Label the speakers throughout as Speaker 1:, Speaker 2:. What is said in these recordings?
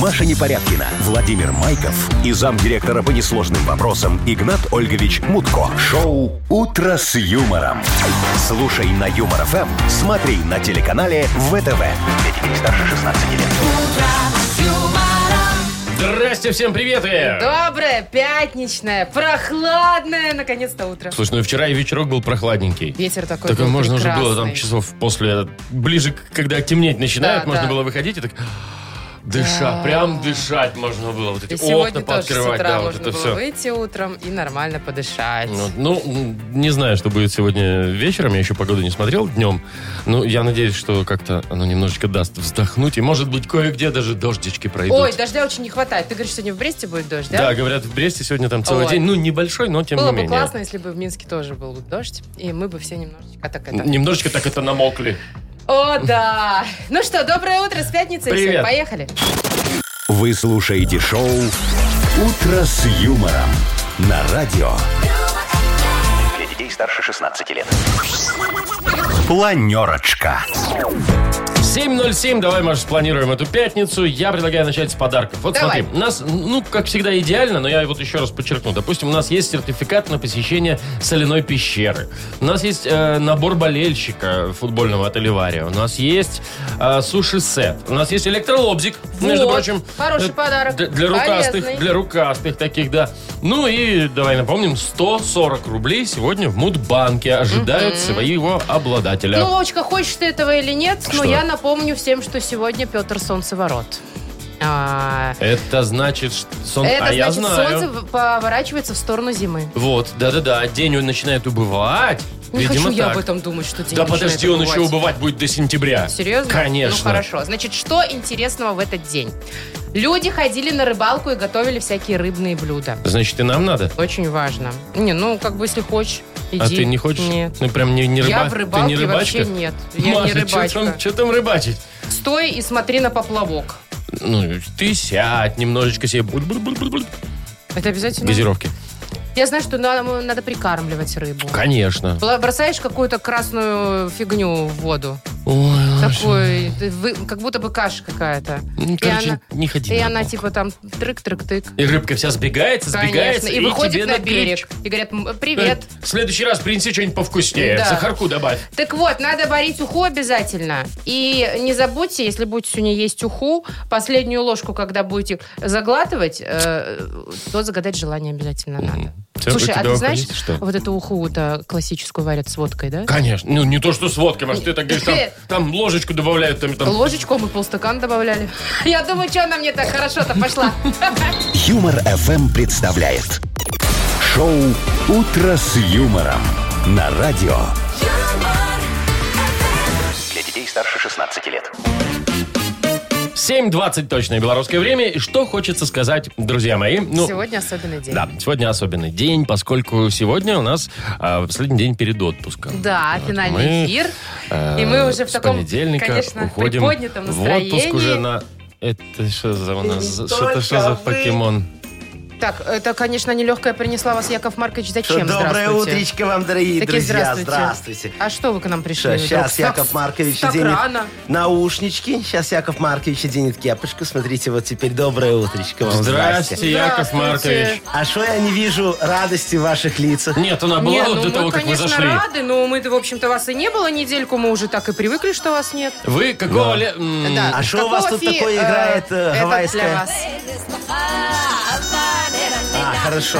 Speaker 1: Маша Непорядкина, Владимир Майков и замдиректора по несложным вопросам Игнат Ольгович Мутко. Шоу «Утро с юмором». Слушай на Юмор ФМ, смотри на телеканале ВТВ. Для детей старше 16 лет.
Speaker 2: Здрасте, всем привет! э!
Speaker 3: Доброе, пятничное, прохладное, наконец-то утро.
Speaker 2: Слушай, ну вчера и вечерок был прохладненький.
Speaker 3: Ветер такой
Speaker 2: Так
Speaker 3: был
Speaker 2: можно уже было там
Speaker 3: прекрасный.
Speaker 2: часов после, ближе, к- когда темнеть начинает,
Speaker 3: Да,
Speaker 2: можно
Speaker 3: да.
Speaker 2: было выходить и так дышать, прям дышать можно было. Вот эти
Speaker 3: И
Speaker 2: окна
Speaker 3: сегодня тоже с
Speaker 2: пооткрывать,
Speaker 3: утра
Speaker 2: да, вот
Speaker 3: можно
Speaker 2: это
Speaker 3: было
Speaker 2: все.
Speaker 3: выйти утром и нормально подышать.
Speaker 2: Ну, ну, м, не знаю, что будет сегодня вечером. Я еще погоду не смотрел днем. Но я надеюсь, что как-то оно немножечко даст вздохнуть. И, может быть, кое-где даже дождички пройдут.
Speaker 3: Ой, дождя очень не хватает. Ты говоришь, сегодня в Бресте будет дождь,
Speaker 2: да?
Speaker 3: да?
Speaker 2: говорят, в Бресте сегодня там целый
Speaker 3: Ой.
Speaker 2: день. Ну, небольшой, но тем
Speaker 3: Было
Speaker 2: не
Speaker 3: бы
Speaker 2: менее.
Speaker 3: классно, если бы в Минске тоже был бы дождь, и мы бы все немножечко так это...
Speaker 2: Немножечко так это намокли.
Speaker 3: О, да! Ну что, доброе утро с пятницей. всем.
Speaker 2: Привет.
Speaker 3: поехали.
Speaker 1: Вы слушаете шоу «Утро с юмором» на радио. Для детей старше 16 лет. Планерочка.
Speaker 2: 7.07, давай, Маша, спланируем эту пятницу. Я предлагаю начать с подарков. Вот
Speaker 3: Давай.
Speaker 2: смотри, у нас, ну, как всегда, идеально, но я вот еще раз подчеркну. Допустим, у нас есть сертификат на посещение соляной пещеры. У нас есть э, набор болельщика футбольного от Оливария. У нас есть э, суши-сет. У нас есть электролобзик, между
Speaker 3: Вот,
Speaker 2: прочим.
Speaker 3: хороший
Speaker 2: э,
Speaker 3: подарок,
Speaker 2: д- Для рукастых,
Speaker 3: полезный.
Speaker 2: для рукастых таких, да. Ну и, давай напомним, 140 рублей сегодня в Мудбанке ожидают своего обладателя.
Speaker 3: Ну, Вовочка, хочешь ты этого или нет,
Speaker 2: Что?
Speaker 3: но я напомню всем, что сегодня Петр Солнцеворот. А,
Speaker 2: Это значит, что... сон-
Speaker 3: Это
Speaker 2: а я
Speaker 3: значит,
Speaker 2: знаю.
Speaker 3: солнце в- поворачивается в сторону зимы.
Speaker 2: Вот, да-да-да, день он начинает убывать.
Speaker 3: Не
Speaker 2: Видимо,
Speaker 3: хочу я
Speaker 2: так.
Speaker 3: об этом думать, что день
Speaker 2: Да
Speaker 3: начинает
Speaker 2: подожди, он еще убывать будет до сентября.
Speaker 3: Серьезно?
Speaker 2: Конечно.
Speaker 3: Ну хорошо. Значит, что интересного в этот день? Люди ходили на рыбалку и готовили всякие рыбные блюда.
Speaker 2: Значит, и нам надо.
Speaker 3: Очень важно. Не, ну как бы если хочешь, иди.
Speaker 2: А ты не хочешь?
Speaker 3: Нет.
Speaker 2: Ну прям не, не рыба-
Speaker 3: Я в рыбалке
Speaker 2: Ты не рыбачка?
Speaker 3: вообще нет. Я
Speaker 2: Маша,
Speaker 3: не
Speaker 2: Что там,
Speaker 3: рыбачка.
Speaker 2: чё там рыбачить?
Speaker 3: Стой и смотри на поплавок.
Speaker 2: Ну, ты сядь немножечко себе. Буль-буль-буль-буль-буль.
Speaker 3: Это обязательно.
Speaker 2: Газировки.
Speaker 3: Я знаю, что нам надо прикармливать рыбу.
Speaker 2: Конечно.
Speaker 3: Бла- Бросаешь какую-то красную фигню в воду.
Speaker 2: Ой,
Speaker 3: Такой, ты вы- как будто бы каша какая-то.
Speaker 2: ну,
Speaker 3: И
Speaker 2: короче,
Speaker 3: она-
Speaker 2: не ходи.
Speaker 3: И
Speaker 2: на
Speaker 3: она
Speaker 2: бок.
Speaker 3: типа там трык-трык-тык.
Speaker 2: И рыбка вся сбегается, сбегается.
Speaker 3: Конечно. И выходит
Speaker 2: тебе
Speaker 3: на
Speaker 2: ключ.
Speaker 3: берег. И говорят, «М,
Speaker 2: Э,
Speaker 3: привет.
Speaker 2: В следующий раз принеси что-нибудь повкуснее.
Speaker 3: Да.
Speaker 2: Сахарку добавь.
Speaker 3: Так вот, надо варить уху обязательно. И не забудьте, если будете сегодня есть уху, последнюю ложку, когда будете заглатывать, э, то загадать желание обязательно надо.
Speaker 2: Всё, у
Speaker 3: Слушай, а
Speaker 2: тебя
Speaker 3: ты
Speaker 2: ухо
Speaker 3: знаешь,
Speaker 2: есть, что?
Speaker 3: вот эту уху-то классическую варят с водкой, да?
Speaker 2: Конечно. Ну, не то, что с водкой, может, ты так говоришь, там, там ложечку добавляют, там, там.
Speaker 3: Ложечку а мы полстакана добавляли. Я думаю, что она мне так хорошо-то пошла.
Speaker 1: Юмор FM представляет шоу Утро с юмором на радио. Для детей старше 16 лет.
Speaker 2: 7.20 точное белорусское время. И что хочется сказать, друзья мои? Ну,
Speaker 3: Сегодня особенный день.
Speaker 2: Да, сегодня особенный день, поскольку сегодня у нас а, последний день перед отпуском.
Speaker 3: Да,
Speaker 2: Вот
Speaker 3: финальный
Speaker 2: мы,
Speaker 3: эфир.
Speaker 2: а,
Speaker 3: И мы уже в
Speaker 2: с
Speaker 3: таком,
Speaker 2: понедельника
Speaker 3: конечно,
Speaker 2: уходим
Speaker 3: приподнятом
Speaker 2: В отпуск уже
Speaker 3: настроении.
Speaker 2: на... Это что за у нас? за- Что это что за покемон?
Speaker 3: Так, это, конечно, нелегкая принесла вас, Яков Маркович. Зачем?
Speaker 4: Доброе
Speaker 3: Здравствуйте.
Speaker 4: утречко вам, дорогие
Speaker 3: Таки
Speaker 4: друзья.
Speaker 3: здравствуйте.
Speaker 4: Здравствуйте.
Speaker 3: А что вы к нам пришли? вдруг?
Speaker 4: сейчас
Speaker 3: С-
Speaker 4: Яков
Speaker 3: с-
Speaker 4: Маркович
Speaker 3: так
Speaker 4: оденет
Speaker 3: рано.
Speaker 4: наушнички. Сейчас Яков Маркович оденет кепочку. Смотрите, вот теперь доброе утречко вам.
Speaker 2: Здрасте, Яков
Speaker 3: Здравствуйте.
Speaker 2: Маркович.
Speaker 4: А что я не вижу радости в ваших лицах?
Speaker 2: Нет, она была
Speaker 3: Не,
Speaker 2: А вот
Speaker 3: ну
Speaker 2: до
Speaker 3: мы,
Speaker 2: того, как вы
Speaker 3: конечно,
Speaker 2: зашли.
Speaker 3: рады, но мы-то, в общем-то, вас и не было недельку, мы уже так и привыкли, что вас нет.
Speaker 2: Вы какого... ле- м,
Speaker 3: Да.
Speaker 4: А что у
Speaker 3: Какого
Speaker 4: вас тут
Speaker 3: фи-
Speaker 4: такое
Speaker 3: э,
Speaker 4: играет э,
Speaker 3: это для
Speaker 4: гавайская?
Speaker 3: вас.
Speaker 4: А, хорошо.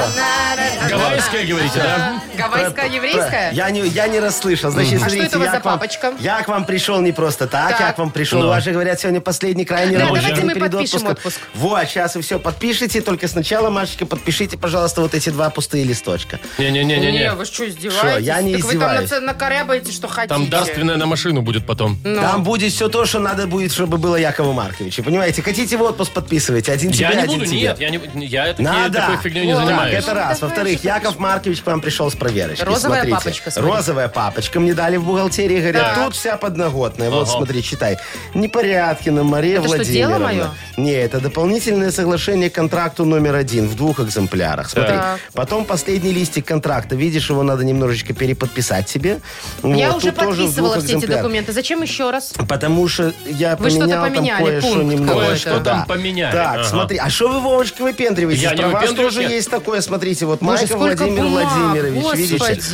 Speaker 2: Гавайская, говорите, да?
Speaker 3: Гавайская, еврейская?
Speaker 4: Я не, я не расслышал. Значит,
Speaker 3: А что
Speaker 4: смотрите,
Speaker 3: это у вас
Speaker 4: я
Speaker 3: за
Speaker 4: к вам-
Speaker 3: папочка?
Speaker 4: Я к вам пришел не просто так,
Speaker 3: Так.
Speaker 4: я к вам пришел.
Speaker 2: Ну.
Speaker 4: У вас же, говорят, сегодня последний крайний
Speaker 3: Да,
Speaker 4: рабочий
Speaker 2: давайте
Speaker 4: день
Speaker 3: мы
Speaker 4: перед
Speaker 3: подпишем
Speaker 4: отпуском.
Speaker 3: отпуск.
Speaker 4: Вот, сейчас вы все подпишите. Только сначала, Машечка, подпишите, пожалуйста, вот эти два пустые листочка.
Speaker 2: Не-не-не-не.
Speaker 3: вы что, издеваетесь?
Speaker 4: Шо, я не
Speaker 3: так вы
Speaker 4: издеваюсь.
Speaker 3: там на- накорябаете, что хотите.
Speaker 2: Там дарственная на машину будет потом.
Speaker 3: Ну.
Speaker 4: Там будет все то, что надо будет, чтобы было Якову Марковичу. Понимаете? Хотите в отпуск подписывайте. Один
Speaker 2: Я
Speaker 4: тебе,
Speaker 2: не
Speaker 4: один
Speaker 2: буду,
Speaker 4: тебе.
Speaker 2: нет, я не буду. Я такие-
Speaker 4: Надо.
Speaker 2: такой фигню не не
Speaker 3: Так,
Speaker 4: Так,
Speaker 2: занимаюсь.
Speaker 4: это раз.
Speaker 3: Давай,
Speaker 4: Во-вторых,
Speaker 3: Шипов.
Speaker 4: Яков Маркович к вам пришел с проверочкой.
Speaker 3: Розовая
Speaker 4: смотрите.
Speaker 3: папочка, смотри.
Speaker 4: Розовая папочка мне дали в бухгалтерии. Говорят,
Speaker 3: Так.
Speaker 4: тут вся подноготная. Вот,
Speaker 2: Ага.
Speaker 4: смотри, читай. Непорядкина Мария
Speaker 3: Это что,
Speaker 4: Владимировна.
Speaker 3: дело мое?
Speaker 4: Не, это дополнительное соглашение к контракту номер один в двух экземплярах. Смотри.
Speaker 3: Так.
Speaker 4: Потом последний листик контракта. Видишь, его надо немножечко переподписать себе.
Speaker 3: Я
Speaker 4: Вот,
Speaker 3: уже
Speaker 4: тут тоже в
Speaker 3: подписывала
Speaker 4: двух
Speaker 3: все эти
Speaker 4: экземплярах.
Speaker 3: документы. Зачем еще раз?
Speaker 4: Потому что я
Speaker 3: Вы что-то
Speaker 4: поменял
Speaker 3: поменяли,
Speaker 4: там кое-что
Speaker 3: пункт
Speaker 4: немного.
Speaker 2: какой-то. Кое-что там поменяли,
Speaker 4: Так,
Speaker 2: ага.
Speaker 4: смотри, а что вы, Вовочка, выпендриваетесь?
Speaker 2: Я не
Speaker 4: Про вас
Speaker 2: выпендриваюсь,
Speaker 4: тоже
Speaker 2: я-
Speaker 4: есть такое, смотрите, вот
Speaker 3: Боже,
Speaker 4: Майкл
Speaker 3: сколько
Speaker 4: Владимир
Speaker 3: бумаг,
Speaker 4: Владимирович,
Speaker 3: господи.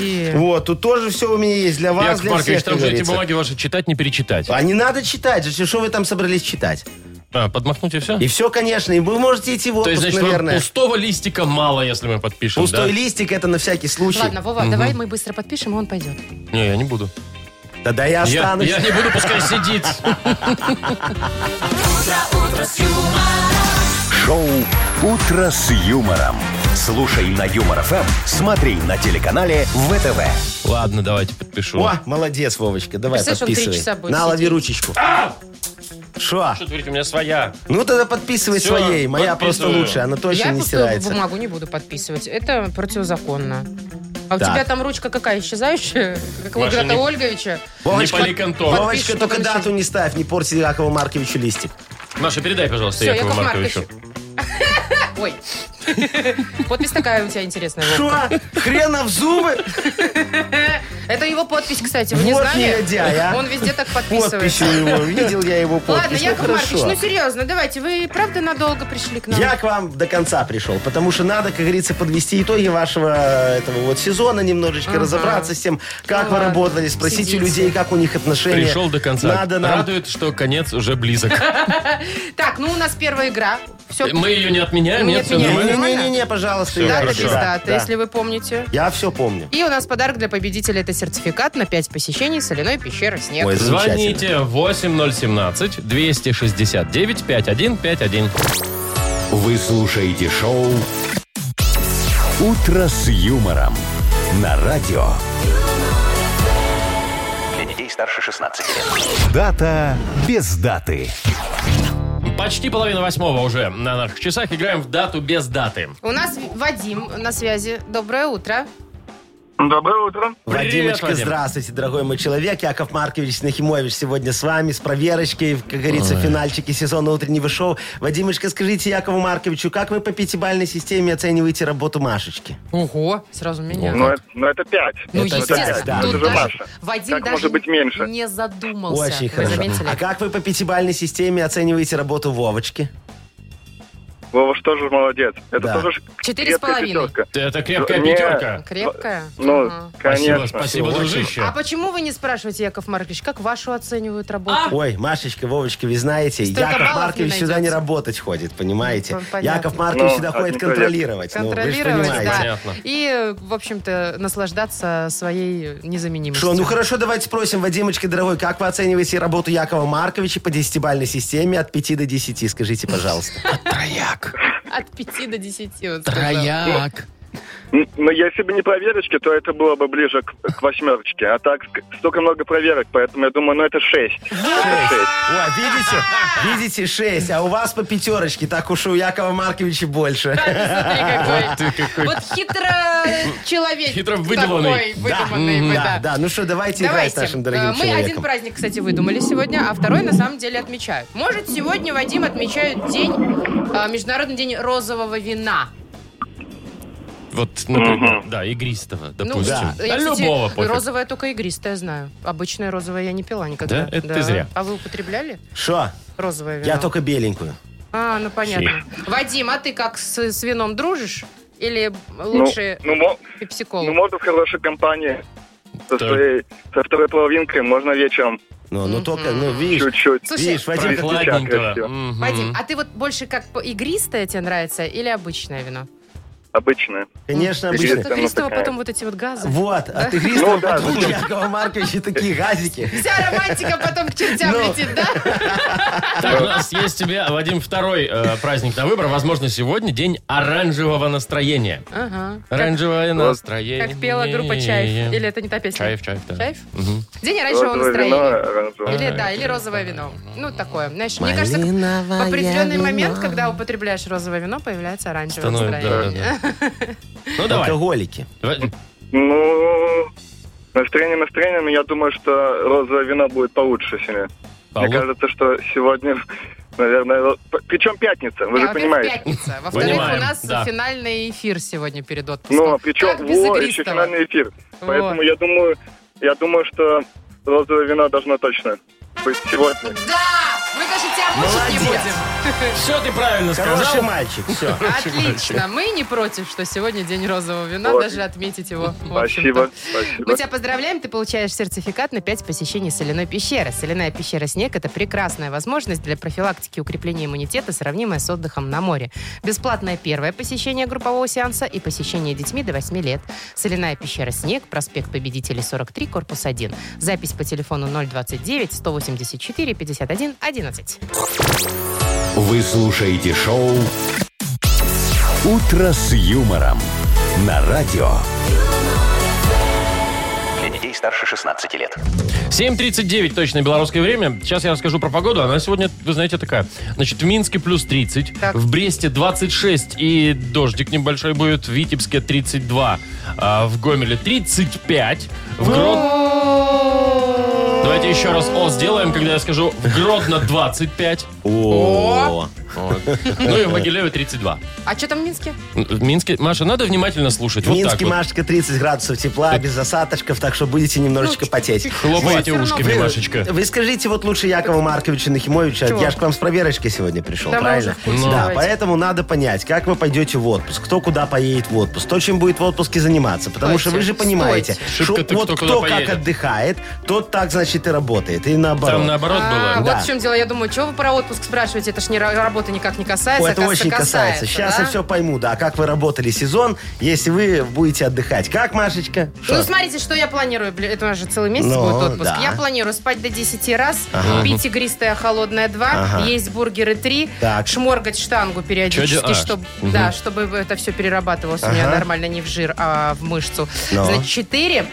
Speaker 4: видите? Вот, тут тоже все у меня есть для вас,
Speaker 2: Яков
Speaker 4: для
Speaker 2: Маркович,
Speaker 4: всех,
Speaker 2: там
Speaker 4: как
Speaker 2: же эти
Speaker 4: говорится.
Speaker 2: бумаги ваши читать, не перечитать.
Speaker 4: А не надо читать, же, что вы там собрались читать?
Speaker 2: А, подмахнуть и все?
Speaker 4: И все, конечно, и вы можете идти в
Speaker 2: То
Speaker 4: отпуск,
Speaker 2: есть, значит, вам
Speaker 4: наверное.
Speaker 2: пустого листика мало, если мы подпишем,
Speaker 4: Пустой
Speaker 2: да?
Speaker 4: листик, это на всякий случай.
Speaker 3: Ладно, Вова, давай мы быстро подпишем, и он пойдет.
Speaker 2: Не, я не буду.
Speaker 4: Тогда я
Speaker 2: Я,
Speaker 4: останусь.
Speaker 2: я не буду, пускай сидит.
Speaker 1: Шоу «Утро с юмором». Слушай на Юмор ФМ, смотри на телеканале ВТВ.
Speaker 2: Ладно, давайте подпишу.
Speaker 4: О, молодец, Вовочка, давай
Speaker 3: Представляешь, он три
Speaker 4: подписывай.
Speaker 3: часа будет
Speaker 4: На,
Speaker 3: сидеть.
Speaker 4: лови ручечку. Шо?
Speaker 2: Что-то, говорите, у меня своя.
Speaker 4: Ну тогда подписывай
Speaker 2: Всё,
Speaker 4: своей. Моя просто
Speaker 2: подписываю.
Speaker 4: лучше, она точно
Speaker 3: Я
Speaker 4: не
Speaker 3: пустую
Speaker 4: стирается.
Speaker 3: бумагу не буду подписывать. Это противозаконно. А у
Speaker 4: Так.
Speaker 3: тебя там ручка какая, исчезающая? Как у
Speaker 2: Маша,
Speaker 3: Игната
Speaker 2: не-
Speaker 3: Ольговича?
Speaker 2: Вовочка, Не поликантон.
Speaker 4: Вовочка, только
Speaker 3: Подпишешь,
Speaker 4: дату
Speaker 3: подпишешь.
Speaker 4: не ставь, не порти Якову Марковичу листик.
Speaker 2: Маша, передай, пожалуйста,
Speaker 3: Всё,
Speaker 2: Якову
Speaker 3: Яков
Speaker 2: Марковичу.
Speaker 3: Ой. Подпись такая у тебя интересная. Вов.
Speaker 4: Шо? Хрена в зубы?
Speaker 3: Это его подпись, кстати, вы не
Speaker 4: Вот
Speaker 3: знали?
Speaker 4: негодяй, а.
Speaker 3: Он везде так
Speaker 4: Подпись
Speaker 3: подписывается.
Speaker 4: у него. Видел я его подпись.
Speaker 3: Ладно,
Speaker 4: Ну,
Speaker 3: Яков
Speaker 4: хорошо.
Speaker 3: Маркович, ну серьезно, давайте, вы правда надолго пришли к нам?
Speaker 4: Я к вам до конца пришел, потому что надо, как говорится, подвести итоги вашего э, этого вот сезона, немножечко
Speaker 3: Ага.
Speaker 4: разобраться с тем, как
Speaker 3: Ну
Speaker 4: вы
Speaker 3: ладно,
Speaker 4: работали, спросить
Speaker 3: сидите.
Speaker 4: у людей, как у них отношения.
Speaker 2: Пришел до конца.
Speaker 4: Надо нам...
Speaker 2: Радует, что конец уже близок.
Speaker 3: Так, ну у нас первая игра. Все,
Speaker 2: Мы ее не отменяем,
Speaker 3: Не
Speaker 2: нет, все
Speaker 3: отменяем.
Speaker 2: нормально.
Speaker 4: Не-не-не, пожалуйста.
Speaker 2: Всё,
Speaker 4: Яков
Speaker 3: дата
Speaker 2: хорошо.
Speaker 3: без
Speaker 4: Маркович.
Speaker 3: даты,
Speaker 4: Да.
Speaker 3: если вы помните.
Speaker 4: Я все помню.
Speaker 3: И у нас подарок для победителя. Это сертификат на 5 посещений соляной пещеры «Снег».
Speaker 4: Ой, замечательно.
Speaker 2: Звоните 8017 269 5151.
Speaker 1: Вы слушаете шоу «Утро с юмором» на радио. Для детей старше 16 лет. Дата без даты.
Speaker 2: Почти половина восьмого уже на наших часах. Играем в дату без даты.
Speaker 3: У нас Вадим на связи. Доброе утро.
Speaker 5: Доброе утро.
Speaker 2: Привет,
Speaker 4: Вадимочка,
Speaker 2: Вадим.
Speaker 4: здравствуйте, дорогой мой человек. Яков Маркович Нахимович сегодня с вами, с проверочкой, в, как говорится, в финальчике сезона утреннего шоу. Вадимочка, скажите Якову Марковичу, как вы по пятибалльной системе оцениваете работу Машечки?
Speaker 3: Ого, сразу меня.
Speaker 5: Ну, это, ну, это пять.
Speaker 3: Ну,
Speaker 4: это
Speaker 3: естественно.
Speaker 4: пять, да.
Speaker 3: Тут
Speaker 5: Это же
Speaker 3: даже
Speaker 5: Маша.
Speaker 3: Вадим
Speaker 5: Как
Speaker 3: даже
Speaker 5: может быть меньше?
Speaker 3: не задумался.
Speaker 4: Очень
Speaker 3: Вы
Speaker 4: хорошо.
Speaker 3: заметили?
Speaker 4: А как вы по пятибалльной системе оцениваете работу Вовочки?
Speaker 5: Вова ж тоже молодец. Это
Speaker 4: Да.
Speaker 5: тоже ж
Speaker 3: Четыре с
Speaker 5: крепкая
Speaker 3: половиной.
Speaker 5: пятерка.
Speaker 2: Это крепкая
Speaker 5: Не.
Speaker 4: А
Speaker 2: пятерка.
Speaker 3: Крепкая?
Speaker 5: Ну,
Speaker 3: Ага.
Speaker 5: конечно.
Speaker 2: Спасибо, спасибо,
Speaker 4: Всё,
Speaker 2: дружище.
Speaker 3: А почему вы не спрашиваете, Яков Маркович, как вашу оценивают работу?
Speaker 4: Ой, Машечка, Вовочка, вы знаете,
Speaker 3: Столько
Speaker 4: Яков
Speaker 3: баллов не
Speaker 4: Маркович
Speaker 3: найдете.
Speaker 4: сюда не работать ходит, понимаете?
Speaker 3: Ну, понятно.
Speaker 4: Яков Маркович
Speaker 5: Ну,
Speaker 4: сюда
Speaker 5: а
Speaker 4: ходит
Speaker 5: не
Speaker 4: контролировать. Ну, вы ж
Speaker 3: Контролировать,
Speaker 4: понимаете.
Speaker 3: да.
Speaker 2: Понятно.
Speaker 3: И, э, в общем-то, наслаждаться своей незаменимостью.
Speaker 4: Что, ну хорошо, давайте спросим, Вадимочка, дорогой, как вы оцениваете работу Якова Марковича по десятибальной системе от 5 до 10? Скажите, пожалуйста.
Speaker 2: Трояк.
Speaker 3: От 5 до 10, он сказал.
Speaker 2: Трояк.
Speaker 5: Н- Но если бы не проверочки, то это было бы ближе к, к восьмерочке. А так ск- столько много проверок, поэтому я думаю, ну это шесть.
Speaker 4: Шесть. О, видите? Видите, 6. А у вас по пятерочке, так уж и у Якова Марковича больше.
Speaker 3: А, Смотри, какой.
Speaker 2: Ты какой
Speaker 3: Вот хитро человек.
Speaker 2: Хитро выдуманный.
Speaker 3: такой, выдуманный, вы,
Speaker 4: Да,
Speaker 3: да.
Speaker 4: да. Ну что, давайте играть с
Speaker 3: Давайте.
Speaker 4: нашим
Speaker 3: Э,
Speaker 4: дорогим
Speaker 3: Мы один
Speaker 4: человеком.
Speaker 3: праздник, кстати, выдумали сегодня, а второй на самом деле отмечают. Может, сегодня Вадим отмечают день, э, Международный день розового вина.
Speaker 2: Вот, например, да, игристого, допустим.
Speaker 4: да.
Speaker 2: Да
Speaker 3: Ну, я, кстати,
Speaker 2: любого пофиг.
Speaker 3: Розовое только игристое знаю. Обычное розовое я не пила никогда.
Speaker 2: Да? Это ты зря.
Speaker 3: А вы употребляли
Speaker 4: Что?
Speaker 3: розовое вино?
Speaker 4: Я только беленькую.
Speaker 3: А, ну понятно. Вадим, а ты как с, с вином дружишь? Или
Speaker 5: Ну,
Speaker 3: лучше
Speaker 5: ну, мо-
Speaker 3: пепсиколу?
Speaker 5: ну, можно в хорошей компании. Со,
Speaker 2: Так.
Speaker 5: своей- со второй половинкой можно вечером
Speaker 4: Ну, ну только, ну, видишь,
Speaker 5: чуть-чуть.
Speaker 3: Слушай,
Speaker 4: видишь, Вадим,
Speaker 5: Привет.
Speaker 2: Прохладненького.
Speaker 5: Всё.
Speaker 2: Мгм.
Speaker 3: Вадим, а ты вот больше как по- игристое тебе нравится или обычное вино?
Speaker 5: Обычное.
Speaker 4: конечно,
Speaker 5: Привет.
Speaker 4: обычно.
Speaker 3: От игристого
Speaker 5: такая.
Speaker 3: потом вот эти вот газы.
Speaker 4: Вот, от игристого
Speaker 5: Ну, да,
Speaker 4: потом у
Speaker 5: зачем?
Speaker 4: Якова Марковича такие газики.
Speaker 3: Вся романтика потом к чертям
Speaker 4: Ну.
Speaker 3: летит, да?
Speaker 2: Так, у нас есть тебе, Вадим, второй э, праздник на выбор. Возможно, сегодня день оранжевого настроения.
Speaker 3: Ага.
Speaker 2: Оранжевое настроение.
Speaker 3: Как пела группа Чаев. Или это не та песня?
Speaker 2: Чаев, Чаев, да.
Speaker 3: Чаев?
Speaker 2: Мгм.
Speaker 3: День оранжевого
Speaker 5: Розовое
Speaker 3: настроения.
Speaker 5: вино, оранжевое.
Speaker 3: Или, да, или розовое вино. Ну, такое. Знаешь, мне кажется, в
Speaker 4: Малиновое
Speaker 3: определенный
Speaker 4: вино.
Speaker 3: момент, когда употребляешь розовое вино, появляется оранжевое
Speaker 2: Становится, да,
Speaker 3: настроение. Э,
Speaker 2: Ну, давай.
Speaker 4: Алкоголики.
Speaker 2: Давай.
Speaker 5: Ну, настроение настроением, я думаю, что розовое вино будет получше сегодня.
Speaker 2: Павло?
Speaker 5: Мне кажется, что сегодня, наверное... ро- Причем пятница, вы же
Speaker 3: Во-первых,
Speaker 5: понимаете.
Speaker 3: пятница. Во-вторых,
Speaker 2: Понимаем,
Speaker 3: у нас
Speaker 2: да.
Speaker 3: финальный эфир сегодня перед отпуском.
Speaker 5: Ну, а причем
Speaker 3: Как без
Speaker 5: во, еще
Speaker 3: игристого?
Speaker 5: финальный эфир.
Speaker 3: Вот.
Speaker 5: Поэтому я думаю, я думаю, что розовое вино должно точно быть сегодня.
Speaker 3: Да! Мы даже тебя мучить не
Speaker 4: Молодец.
Speaker 3: будем.
Speaker 2: Все ты правильно
Speaker 4: Хороший
Speaker 2: сказал.
Speaker 4: мальчик, все.
Speaker 3: Отлично. Мы не против, что сегодня день розового вина,
Speaker 5: Вот.
Speaker 3: даже отметить его. в общем-то.
Speaker 5: Спасибо,
Speaker 3: Мы
Speaker 5: спасибо.
Speaker 3: тебя поздравляем, ты получаешь сертификат на 5 посещений соляной пещеры. Соляная пещера «Снег» — это прекрасная возможность для профилактики и укрепления иммунитета, сравнимая с отдыхом на море. Бесплатное первое посещение группового сеанса и посещение детьми до 8 лет. Соляная пещера «Снег», проспект Победителей, 43, корпус 1. Запись по телефону 029-184-51-11.
Speaker 1: Вы слушаете шоу «Утро с юмором» на радио.
Speaker 6: Для детей старше 16 лет.
Speaker 2: 7.39 точно белорусское время. Сейчас я расскажу про погоду. Она сегодня, вы знаете, такая. Значит, в Минске плюс 30,
Speaker 3: Так.
Speaker 2: в Бресте 26 и дождик небольшой будет, в Витебске 32, а в Гомеле 35, в Грод... Давайте еще раз О сделаем, когда я скажу в Гродно 25,
Speaker 4: О,
Speaker 2: ну и в Могилеве 32.
Speaker 3: А что там в Минске?
Speaker 2: В Минске, Маша, надо внимательно слушать.
Speaker 4: В
Speaker 2: Вот так
Speaker 4: Минске,
Speaker 2: вот. Э.
Speaker 4: Машечка, 30 градусов тепла, без осадочков, так что будете немножечко
Speaker 3: Ну,
Speaker 4: потеть.
Speaker 2: Хлопайте
Speaker 3: Вот.
Speaker 2: ушками, Машечка.
Speaker 4: Вы скажите вот лучше Якова Марковича Нахимовича,
Speaker 3: Чего?
Speaker 4: я же к вам с проверочкой сегодня пришел,
Speaker 3: Да вы уже
Speaker 4: правильно?
Speaker 3: в курсе,
Speaker 2: Ну.
Speaker 4: Да,
Speaker 3: давайте.
Speaker 4: поэтому надо понять, как вы пойдете в отпуск, кто куда поедет в отпуск, кто чем будет в отпуске заниматься, потому что вы же
Speaker 3: Стойте,
Speaker 4: понимаете,
Speaker 2: стойте.
Speaker 4: что
Speaker 2: Шибко-то кто
Speaker 4: вот
Speaker 2: куда
Speaker 4: кто как
Speaker 2: поедет.
Speaker 4: отдыхает, тот так, значит, и работает, и наоборот.
Speaker 2: Там наоборот
Speaker 3: А,
Speaker 2: было.
Speaker 3: вот
Speaker 4: Да.
Speaker 3: в чем дело. Я думаю, чего вы про отпуск спрашиваете? Это ж не ра- работа никак не касается.
Speaker 4: Ой, это
Speaker 3: оказывается,
Speaker 4: очень касается. Сейчас
Speaker 3: да? Ну,
Speaker 4: я все пойму, да, как вы работали сезон, если вы будете отдыхать. Как, Машечка? Шо?
Speaker 3: Ну, смотрите, что я планирую. бля, Это у нас же целый месяц
Speaker 4: Ну,
Speaker 3: будет отпуск.
Speaker 4: да.
Speaker 3: Я планирую спать до 10 раз, пить игристое холодное 2,
Speaker 4: Ага.
Speaker 3: есть бургеры 3,
Speaker 4: Так.
Speaker 3: шморгать штангу
Speaker 2: Чё де-
Speaker 3: периодически,
Speaker 2: а,
Speaker 3: чтобы,
Speaker 2: мгм.
Speaker 3: да, чтобы это все перерабатывалось у меня
Speaker 4: Ага.
Speaker 3: нормально не в жир, а в мышцу.
Speaker 4: Ну.
Speaker 3: Значит, 4.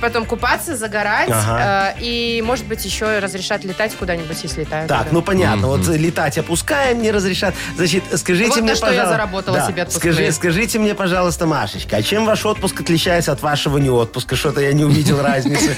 Speaker 3: потом купаться, загорать.
Speaker 4: Ага.
Speaker 3: а, и, может быть, еще разрешат летать куда-нибудь, если летают.
Speaker 4: Так,
Speaker 3: уже.
Speaker 4: ну понятно, вот летать опускаем, не разрешат. Значит, скажите
Speaker 3: Вот на
Speaker 4: мне,
Speaker 3: что я
Speaker 4: пожалуйста.
Speaker 3: заработала себе отпускные.
Speaker 4: скажи, скажите мне, пожалуйста, Машечка, а чем ваш отпуск отличается от вашего не отпуска? Что-то я не увидел разницы.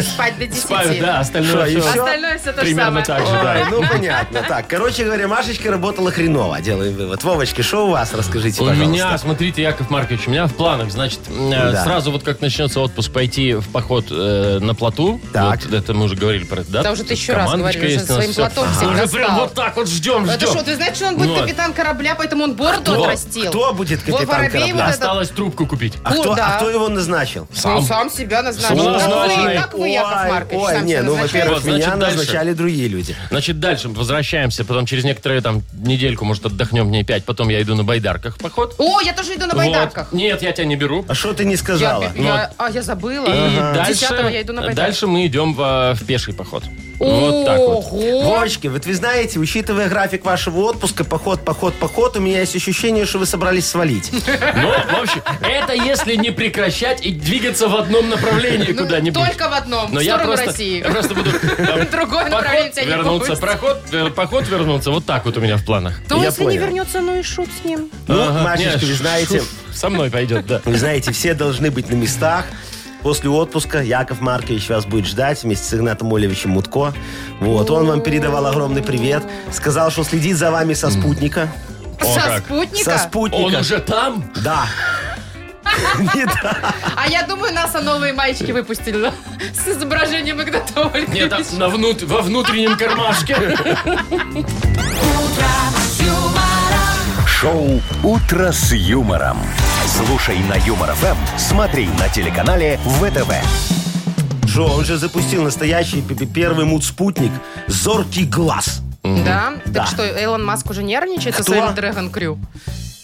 Speaker 3: Спать до 10.
Speaker 2: Спать, да, остальное
Speaker 4: Что, и
Speaker 2: всё.
Speaker 4: всё?
Speaker 3: Остальное все то же
Speaker 2: Примерно
Speaker 3: самое.
Speaker 2: так же, да.
Speaker 4: Ой, ну понятно. Так, короче говоря, Машечка работала хреново, делаем вывод. Вовочки, что у вас, расскажите,
Speaker 2: У
Speaker 4: пожалуйста.
Speaker 2: меня, смотрите, Яков Маркович, у меня в планах, значит, э,
Speaker 4: Да.
Speaker 2: сразу вот как начнется отпуск, пойти в поход э, на плоту.
Speaker 4: Так.
Speaker 2: Вот это мы уже говорили про это, да?
Speaker 3: Да, уже тысячу раз
Speaker 2: Командочка
Speaker 3: говорили,
Speaker 2: есть
Speaker 3: уже
Speaker 2: у нас
Speaker 3: своим
Speaker 2: всё. А,
Speaker 3: платом всех
Speaker 2: Уже
Speaker 3: достал.
Speaker 2: прям вот так вот ждем,
Speaker 3: Это что,
Speaker 2: ждем.
Speaker 3: ты знаешь, что он будет
Speaker 2: Ну.
Speaker 3: капитан корабля, поэтому он бороду
Speaker 2: Кто?
Speaker 3: отрастил.
Speaker 4: Кто будет
Speaker 3: Вот
Speaker 4: капитан
Speaker 3: Воробей
Speaker 4: корабля?
Speaker 3: вот этот-
Speaker 2: Осталось трубку купить.
Speaker 4: А
Speaker 3: Ну,
Speaker 4: кто,
Speaker 3: да.
Speaker 4: а кто его назначил?
Speaker 3: Ну, сам себя назначил.
Speaker 2: Сам
Speaker 3: Как вы,
Speaker 2: назначил.
Speaker 3: как вы, Яков
Speaker 4: Ой,
Speaker 3: Маркович,
Speaker 4: Ой,
Speaker 3: сам
Speaker 4: не,
Speaker 3: себя
Speaker 4: ну,
Speaker 3: назначаете?
Speaker 2: Ну,
Speaker 4: во-первых,
Speaker 2: Вот, значит,
Speaker 4: меня
Speaker 2: дальше.
Speaker 4: назначали другие люди.
Speaker 2: Значит, дальше возвращаемся, потом через некоторые там недельку, может, отдохнем дней пять, потом я иду на байдарках в поход.
Speaker 3: О, я тоже иду
Speaker 2: Вот.
Speaker 3: на
Speaker 2: Ну,
Speaker 3: байдарках.
Speaker 2: Нет, я тебя не беру.
Speaker 4: А что ты не
Speaker 3: Я-
Speaker 4: сказала?
Speaker 3: я- А, я забыла.
Speaker 2: И дальше,
Speaker 3: 10 я иду на байдарках.
Speaker 2: дальше мы идем в, в пеший поход. Вот так вот.
Speaker 3: Ого!
Speaker 4: Вовочки, вот вы знаете, учитывая график вашего отпуска, поход, поход, поход, у меня есть ощущение, что вы собрались свалить.
Speaker 2: Ну, в общем, это если не прекращать и двигаться в одном направлении
Speaker 3: Ну,
Speaker 2: куда-нибудь.
Speaker 3: Только в одном,
Speaker 2: Но
Speaker 3: в
Speaker 2: я
Speaker 3: сторону
Speaker 2: просто,
Speaker 3: России.
Speaker 2: я просто буду там,
Speaker 3: Другое направление
Speaker 2: поход
Speaker 3: тебя не
Speaker 2: вернуться,
Speaker 3: пустит.
Speaker 2: проход, э, поход вернуться. Вот так вот у меня в планах.
Speaker 3: То
Speaker 4: Я
Speaker 3: если не
Speaker 4: понял.
Speaker 3: вернется, ну и шут с ним.
Speaker 4: Ну,
Speaker 2: Ага,
Speaker 4: Машечка,
Speaker 2: не,
Speaker 4: вы
Speaker 2: ш-
Speaker 4: знаете,
Speaker 2: ш- Со мной пойдет, да.
Speaker 4: вы знаете, все должны быть на местах. После отпуска Яков Маркович вас будет ждать вместе с Игнатом Олевичем Мутко. Вот, он вам передавал огромный привет. Сказал, что следит за вами со спутника.
Speaker 2: О,
Speaker 3: Со
Speaker 2: как.
Speaker 3: спутника?
Speaker 4: Со спутника.
Speaker 2: Он уже там?
Speaker 4: Да. Не так.
Speaker 3: А я думаю, НАСА новые маечки выпустили да? с изображением Игната
Speaker 2: Нет, там
Speaker 3: Ольговича.
Speaker 2: на внут- во внутреннем кармашке.
Speaker 1: Шоу «Утро с юмором». Слушай на Юмор ФМ, смотри на телеканале ВТВ.
Speaker 4: Шо, он же запустил настоящий п- п- первый мут-спутник «Зоркий глаз».
Speaker 3: Да?
Speaker 4: Да.
Speaker 3: Так что, Элон Маск уже нервничает со
Speaker 4: Кто?
Speaker 3: своим Dragon Crew?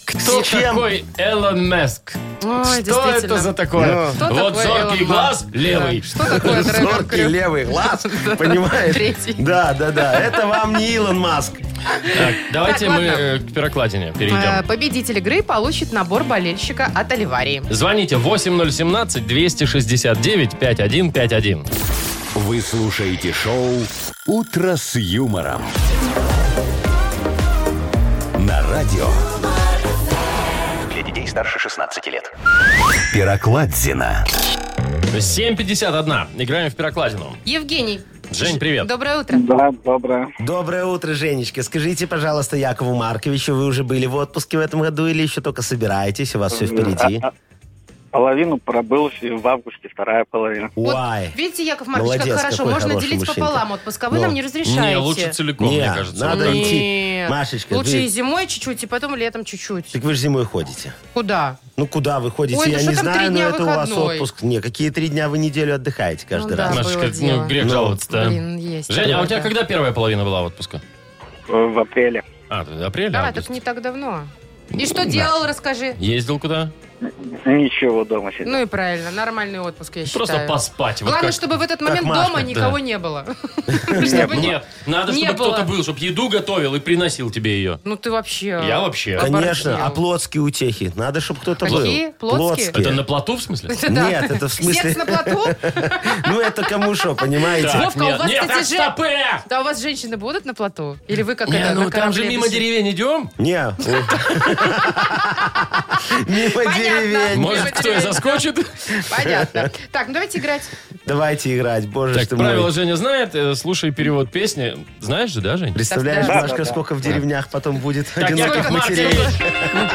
Speaker 2: Кто
Speaker 4: Зачем?
Speaker 2: такой Элон Маск?
Speaker 3: Ой,
Speaker 2: Что
Speaker 3: действительно.
Speaker 2: это за
Speaker 4: Ну.
Speaker 2: такое?
Speaker 3: Кто
Speaker 2: Вот
Speaker 3: такой Элон
Speaker 2: зоркий
Speaker 3: Маск?
Speaker 2: глаз левый.
Speaker 3: Да. Что такое Dragon
Speaker 4: Зоркий
Speaker 3: Crew?
Speaker 4: левый глаз, понимаешь?
Speaker 3: Третий.
Speaker 4: Да, да, да. Это вам не Илон Маск.
Speaker 2: Так, давайте
Speaker 3: Так,
Speaker 2: мы
Speaker 3: ладно.
Speaker 2: э, к пирокладине
Speaker 3: Э,
Speaker 2: перейдем.
Speaker 3: Победитель игры получит набор болельщика от Оливарии.
Speaker 2: Звоните 8017 269 5151.
Speaker 1: Вы слушаете шоу «Утро с юмором». На радио.
Speaker 6: старше 16 лет.
Speaker 1: Пирокладзина.
Speaker 2: 7.51. Играем в пирокладину.
Speaker 3: Евгений.
Speaker 2: Жень, привет.
Speaker 3: Доброе утро.
Speaker 5: Да, доброе.
Speaker 4: Доброе утро, Женечка. Скажите, пожалуйста, Якову Марковичу, вы уже были в отпуске в этом году или еще только собираетесь? У вас все впереди.
Speaker 5: А- а- Половину пробыл и в августе, вторая половина.
Speaker 3: Вот
Speaker 4: Уай.
Speaker 3: видите, Яков Маркович, как
Speaker 4: Молодец,
Speaker 3: хорошо.
Speaker 4: какой
Speaker 3: Можно
Speaker 4: хороший
Speaker 3: делить
Speaker 4: мужчинка.
Speaker 3: пополам отпуск, а вы
Speaker 4: Ну.
Speaker 3: нам не разрешаете.
Speaker 2: Не, лучше целиком,
Speaker 4: Не,
Speaker 2: мне кажется.
Speaker 4: надо
Speaker 2: вот так.
Speaker 4: идти.
Speaker 3: Нет.
Speaker 4: Машечка,
Speaker 3: Лучше
Speaker 4: ты-
Speaker 3: и зимой чуть-чуть, и потом летом чуть-чуть.
Speaker 4: Так вы же зимой ходите.
Speaker 3: Куда?
Speaker 4: Ну, куда вы ходите?
Speaker 3: Ой, ну
Speaker 4: Я
Speaker 3: что
Speaker 4: не
Speaker 3: там, три
Speaker 4: знаю, но
Speaker 3: дня
Speaker 4: это у вас
Speaker 3: выходной?
Speaker 4: отпуск. Не, какие три дня вы неделю отдыхаете каждый
Speaker 3: Ну да.
Speaker 4: раз?
Speaker 2: Машечка,
Speaker 3: было
Speaker 2: ну,
Speaker 3: дело.
Speaker 2: грех
Speaker 4: Ну,
Speaker 2: жаловаться-то.
Speaker 3: Блин, есть.
Speaker 2: Жень, а у тебя
Speaker 3: такое.
Speaker 2: когда первая половина была отпуска?
Speaker 5: Э, В апреле.
Speaker 2: А, ты- апрель,
Speaker 3: Да,
Speaker 2: август.
Speaker 3: так не так давно. И что делал, расскажи.
Speaker 2: Ездил куда?
Speaker 5: Ничего дома сидел.
Speaker 3: Ну и правильно, нормальный отпуск, я считаю.
Speaker 2: Просто поспать. вот
Speaker 3: Главное,
Speaker 2: как-
Speaker 3: чтобы в этот момент
Speaker 4: Машка,
Speaker 3: дома
Speaker 4: да.
Speaker 3: никого не было. Чтобы не-
Speaker 2: Нет, надо,
Speaker 3: Не
Speaker 2: чтобы кто-то
Speaker 3: было.
Speaker 2: был, чтобы еду готовил и приносил тебе ее.
Speaker 3: Ну ты вообще...
Speaker 2: Я вообще.
Speaker 4: Конечно,
Speaker 3: Оборзел.
Speaker 4: а плотские утехи. Надо, чтобы кто-то был.
Speaker 3: Какие? Плотские?
Speaker 2: Это на плоту, в смысле?
Speaker 3: Это да.
Speaker 4: Нет, это в
Speaker 3: Секс
Speaker 4: смысле...
Speaker 3: на плоту?
Speaker 4: Ну, это кому что, понимаете?
Speaker 3: Так. Вовка, у
Speaker 2: нет,
Speaker 3: вас,
Speaker 2: нет,
Speaker 3: кстати,
Speaker 2: от
Speaker 3: же-
Speaker 2: стопы!
Speaker 3: Да у вас женщины будут на плоту? Или вы как
Speaker 2: Не,
Speaker 3: это,
Speaker 2: ну
Speaker 3: на
Speaker 2: там же
Speaker 3: корабле
Speaker 2: мимо
Speaker 3: без-
Speaker 2: деревень идем.
Speaker 4: Не. у. Мимо деревень.
Speaker 2: Может,
Speaker 3: Мимо
Speaker 2: кто и
Speaker 3: деревень,
Speaker 2: заскочит.
Speaker 3: Понятно. Так, ну давайте играть.
Speaker 4: Давайте играть, боже
Speaker 2: Так,
Speaker 4: ж ты
Speaker 2: правила
Speaker 4: мой.
Speaker 2: Женя знает. э, Слушай перевод песни. Знаешь же, да, Жень?
Speaker 4: Представляешь,
Speaker 3: Да, да,
Speaker 4: Машка, сколько в деревнях потом будет
Speaker 2: Так,
Speaker 4: одиноких
Speaker 2: Яков
Speaker 4: матерей?
Speaker 2: Маркович.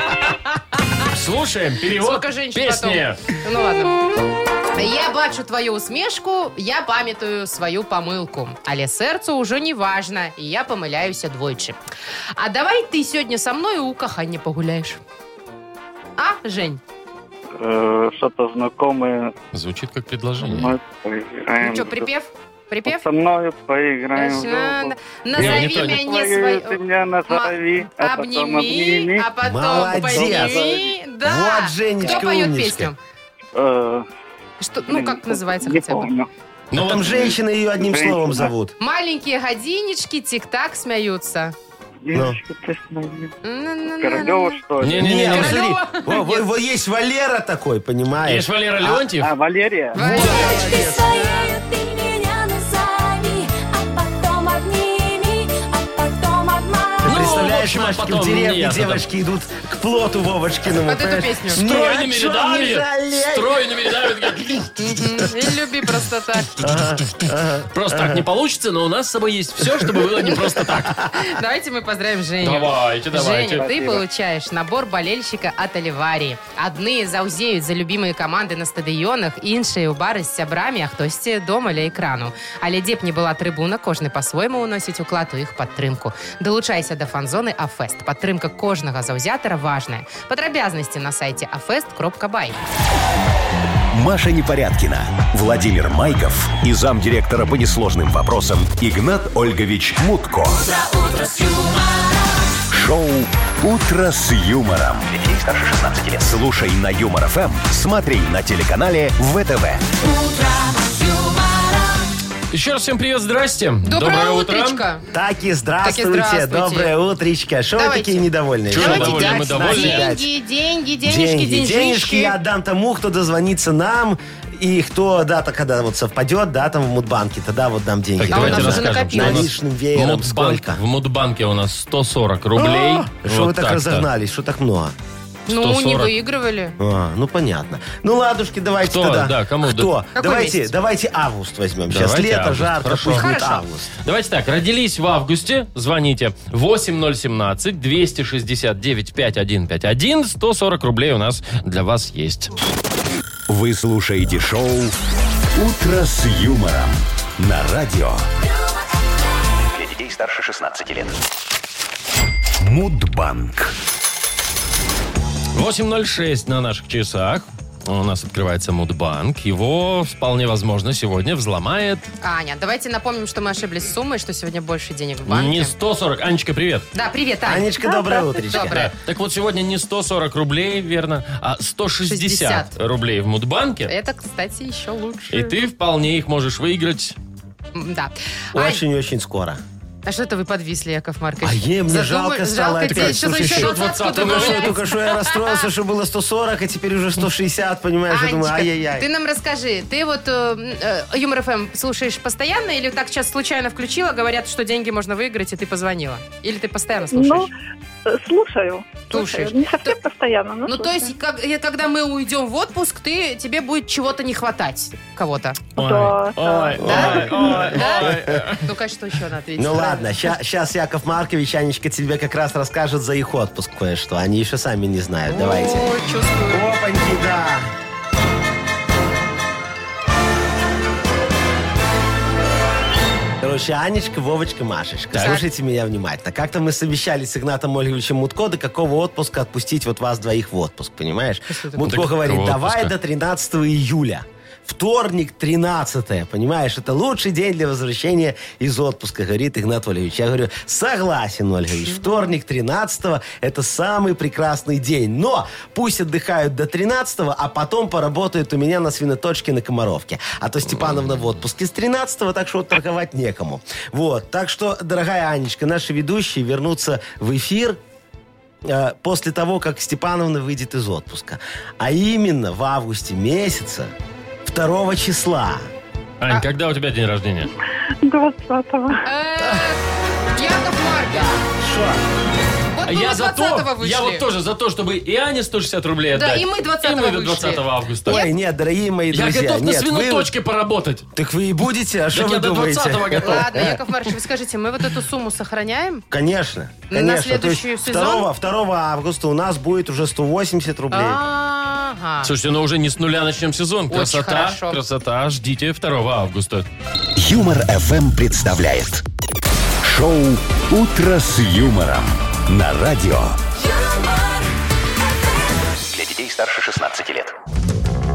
Speaker 2: Слушаем перевод
Speaker 3: Сколько женщин
Speaker 2: песни.
Speaker 3: потом? Ну ладно. Я бачу твою усмешку, я памятую свою помылку. Але сердцу уже не важно, и я помыляюся двойче. А давай ты сегодня со мной у кахання погуляешь. А, Жень?
Speaker 5: Э, Что-то знакомое.
Speaker 2: Звучит как предложение.
Speaker 5: Мы поиграем.
Speaker 3: Ну что, припев? Припев?
Speaker 5: Со мною поиграем. в
Speaker 3: Точно.
Speaker 5: любовь.
Speaker 2: Не, не
Speaker 3: Назови
Speaker 2: то, не то.
Speaker 3: меня
Speaker 5: Твою ты
Speaker 3: свою...
Speaker 5: меня назови, а потом
Speaker 3: Обними,
Speaker 5: обними.
Speaker 3: а потом
Speaker 4: Молодец.
Speaker 3: подними. Да.
Speaker 4: Вот, Женечка,
Speaker 3: Кто поет
Speaker 4: умничка.
Speaker 3: песню?
Speaker 5: Э,
Speaker 3: Что, ну,
Speaker 5: блин,
Speaker 3: как называется
Speaker 5: не
Speaker 3: хотя бы?
Speaker 5: помню.
Speaker 2: Ну,
Speaker 4: Там
Speaker 2: вот
Speaker 4: женщины ее одним
Speaker 5: Женщина.
Speaker 4: словом зовут.
Speaker 3: Маленькие годинички тик-так смеются.
Speaker 5: Девочка, ты с нами.
Speaker 3: На-на-на-на.
Speaker 5: Королева,
Speaker 3: М-м-м.
Speaker 5: что ли?
Speaker 2: Не-не-не.
Speaker 4: Не, ну смотри,
Speaker 3: Королева.
Speaker 4: во- во- во- есть Валера такой,
Speaker 2: есть
Speaker 4: понимаешь?
Speaker 2: Валера Леонтьев.
Speaker 5: А, Валерия?
Speaker 7: Ты свою ты меня назови, а потом обними, а потом
Speaker 4: Ты
Speaker 7: обмани.
Speaker 4: представляешь,
Speaker 2: Ну, в общем, а
Speaker 4: Машечка,
Speaker 2: потом
Speaker 4: в деревне
Speaker 2: неясно там.
Speaker 4: девочки идут к плоту Вовочкиному.
Speaker 3: Под эту
Speaker 4: понимаешь?
Speaker 3: песню.
Speaker 4: Ни о
Speaker 2: Стройными
Speaker 4: чем не
Speaker 2: рядами.
Speaker 4: жалей.
Speaker 2: Стройными рядами.
Speaker 3: Мгм. И люби просто так.
Speaker 2: Просто так не получится, но у нас с собой есть все, чтобы было не просто так.
Speaker 3: Давайте мы поздравим Женю.
Speaker 2: Давайте, давайте.
Speaker 3: Женя, ты получаешь набор болельщика от Оливарии. Адные заўзеюць за любимые команды на стадыёнах, іншыя ў бары з сябрамі, а хтосьці дома ля экрану. Але дзе б не была трыбуна, кожны па-свойму уносіць уклад у іх падтрымку. Далучайся да фан-зоны А Афест. Падтрымка кожнага заўзятара важная. Падрабязнасці на А сайце afest.by.
Speaker 1: Маша Непорядкина, Владимир Майков и замдиректора по несложным вопросам Игнат Ольгович Мутко. Шоу Утро с юмором. Детей старше 16 лет. Слушай на юмор ФМ, смотри на телеканале ВТВ.
Speaker 2: Еще раз всем привет, здрасте.
Speaker 3: Доброе утречко!
Speaker 4: Так и здравствуйте,
Speaker 3: здравствуйте.
Speaker 4: доброе утречко. Что вы
Speaker 3: Давайте.
Speaker 4: такие недовольные?
Speaker 2: Чего
Speaker 4: Давайте
Speaker 2: недовольны?
Speaker 4: так
Speaker 2: Мы
Speaker 4: с
Speaker 2: довольны.
Speaker 4: нами играть.
Speaker 3: Деньги, деньги, денежки,
Speaker 4: Деньги, денежки я отдам тому, кто дозвонится нам, и кто дата, когда вот совпадет, да, там в Мудбанке, тогда вот дам деньги.
Speaker 2: Так,
Speaker 3: А у
Speaker 2: давайте
Speaker 3: нас уже
Speaker 2: расскажем, что у
Speaker 3: накопилось.
Speaker 2: нас
Speaker 4: Наличным веером
Speaker 2: Мудбанк-
Speaker 4: сколько?
Speaker 2: в Мудбанке у нас 140 рублей.
Speaker 4: А, Что
Speaker 2: Вот
Speaker 4: вы так
Speaker 2: так-то.
Speaker 4: разогнались, что так много?
Speaker 3: Ну, не
Speaker 2: 140.
Speaker 3: выигрывали.
Speaker 4: А, ну понятно. Ну ладушки, давайте
Speaker 2: Кто?
Speaker 4: тогда.
Speaker 2: Да, кому?
Speaker 4: Кто?
Speaker 3: Какой
Speaker 4: давайте,
Speaker 3: месяц?
Speaker 4: давайте август возьмем. Сейчас
Speaker 2: Давайте
Speaker 4: лето,
Speaker 2: август,
Speaker 4: жарко,
Speaker 2: хорошо.
Speaker 4: пусть будет
Speaker 3: Хорошо.
Speaker 4: август.
Speaker 2: Давайте так, родились в августе, звоните 8017-269-5151, 140 рублей у нас для вас есть.
Speaker 1: Вы слушаете шоу Утро с юмором на радио
Speaker 6: Для детей старше 16 лет.
Speaker 1: Мудбанк.
Speaker 2: 8.06 на наших часах. У нас открывается Мудбанк. Его, вполне возможно, сегодня взломает
Speaker 3: Аня, давайте напомним, что мы ошиблись с суммой, что сегодня больше денег в банке.
Speaker 2: не 140. Анечка, привет.
Speaker 3: Да, привет, Аня.
Speaker 4: Анечка, доброе утречко.
Speaker 3: Доброе.
Speaker 2: Так вот, сегодня не 140 рублей, верно, а 160
Speaker 3: 60.
Speaker 2: рублей в Мудбанке.
Speaker 3: Это, кстати, еще лучше.
Speaker 2: И ты вполне их можешь выиграть.
Speaker 3: М, Да. Ань,
Speaker 4: Очень-очень скоро.
Speaker 3: а что это вы подвисли, Яков Маркович?
Speaker 4: А ей мне жалко стало
Speaker 3: жалко тебе.
Speaker 4: опять.
Speaker 3: Сейчас
Speaker 4: Слушай,
Speaker 3: еще
Speaker 4: счет
Speaker 3: двадцатку
Speaker 2: 20-го
Speaker 4: Только что,
Speaker 3: добавляй.
Speaker 4: только что я расстроился, что было 140, а теперь уже 160, понимаешь? Я думаю,
Speaker 3: Анечка, ты
Speaker 4: ай-яй-яй.
Speaker 3: нам расскажи, ты вот э, м, э, Юмор ФМ слушаешь постоянно или так сейчас случайно включила, говорят, что деньги можно выиграть, и ты позвонила? Или ты постоянно слушаешь?
Speaker 8: Ну, Э, Слушаю.
Speaker 3: Слушаешь.
Speaker 8: Слушаю. Не совсем постоянно, но
Speaker 3: Ну, то
Speaker 8: слушаю.
Speaker 3: есть, как- э, когда мы уйдем в отпуск, ты, тебе будет чего-то не хватать кого-то.
Speaker 8: Да,
Speaker 2: ой, ой, ой,
Speaker 3: Да? Ну, конечно, что еще она ответила.
Speaker 4: Ну ладно, сейчас Яков Маркович, Анечка, тебе как раз расскажет за их отпуск кое-что. Они еще сами не знают. Давайте.
Speaker 3: Ой, чувствую.
Speaker 4: Опаньки, да. Короче, Анечка, Вовочка, Машечка, слушайте меня внимательно. Как-то мы совещались с Игнатом Ольговичем Мутко, до какого отпуска отпустить вот вас двоих в отпуск, понимаешь?
Speaker 2: До
Speaker 4: Мутко
Speaker 2: какого
Speaker 4: говорит, давай
Speaker 2: отпуска?
Speaker 4: до 13 июля. Вторник, 13 понимаешь? Это лучший день для возвращения из отпуска, говорит Игнат Ольгович. Я говорю, согласен, Ольгович. Вторник, 13 это самый прекрасный день. Но пусть отдыхают до 13 а потом поработают у меня на свиноточке на Комаровке. А то Степановна в отпуске с 13 так что торговать некому. Вот, так что, дорогая Анечка, наши ведущие вернутся в эфир э, после того, как Степановна выйдет из отпуска. А именно в августе месяца 2 числа.
Speaker 2: Ань, когда у тебя день рождения?
Speaker 8: 20-го.
Speaker 3: Э, Яков Маркович,
Speaker 4: Что?
Speaker 3: вот Ну, мы
Speaker 2: А я
Speaker 3: вот
Speaker 2: за то,
Speaker 3: 20-го вышли.
Speaker 2: я вот тоже за то, чтобы и Ане 160 рублей
Speaker 3: Да,
Speaker 2: отдать.
Speaker 3: и мы 20-го
Speaker 2: И мы 20
Speaker 3: вышли.
Speaker 2: августа.
Speaker 4: Ой, нет, дорогие мои
Speaker 2: я
Speaker 4: друзья.
Speaker 2: готов на
Speaker 4: нет, вы-
Speaker 2: свиноточке поработать.
Speaker 4: Так вы и будете, а что
Speaker 2: Так
Speaker 4: вы
Speaker 2: я до
Speaker 4: думаете?
Speaker 2: 20 готов.
Speaker 3: Ладно, Яков Маркович, вы скажите, мы вот эту сумму сохраняем?
Speaker 4: Конечно,
Speaker 3: На
Speaker 4: конечно.
Speaker 3: следующий
Speaker 4: То есть
Speaker 3: сезон?
Speaker 4: 2, 2 августа у нас будет уже 180 рублей.
Speaker 3: А. Ага.
Speaker 2: Слушайте, ну уже не с нуля начнем сезон. Красота,
Speaker 3: хорошо.
Speaker 2: красота. Ждите 2 августа.
Speaker 1: Юмор FM представляет шоу Утро с юмором на радио.
Speaker 7: юмор,
Speaker 6: Для детей старше 16 лет.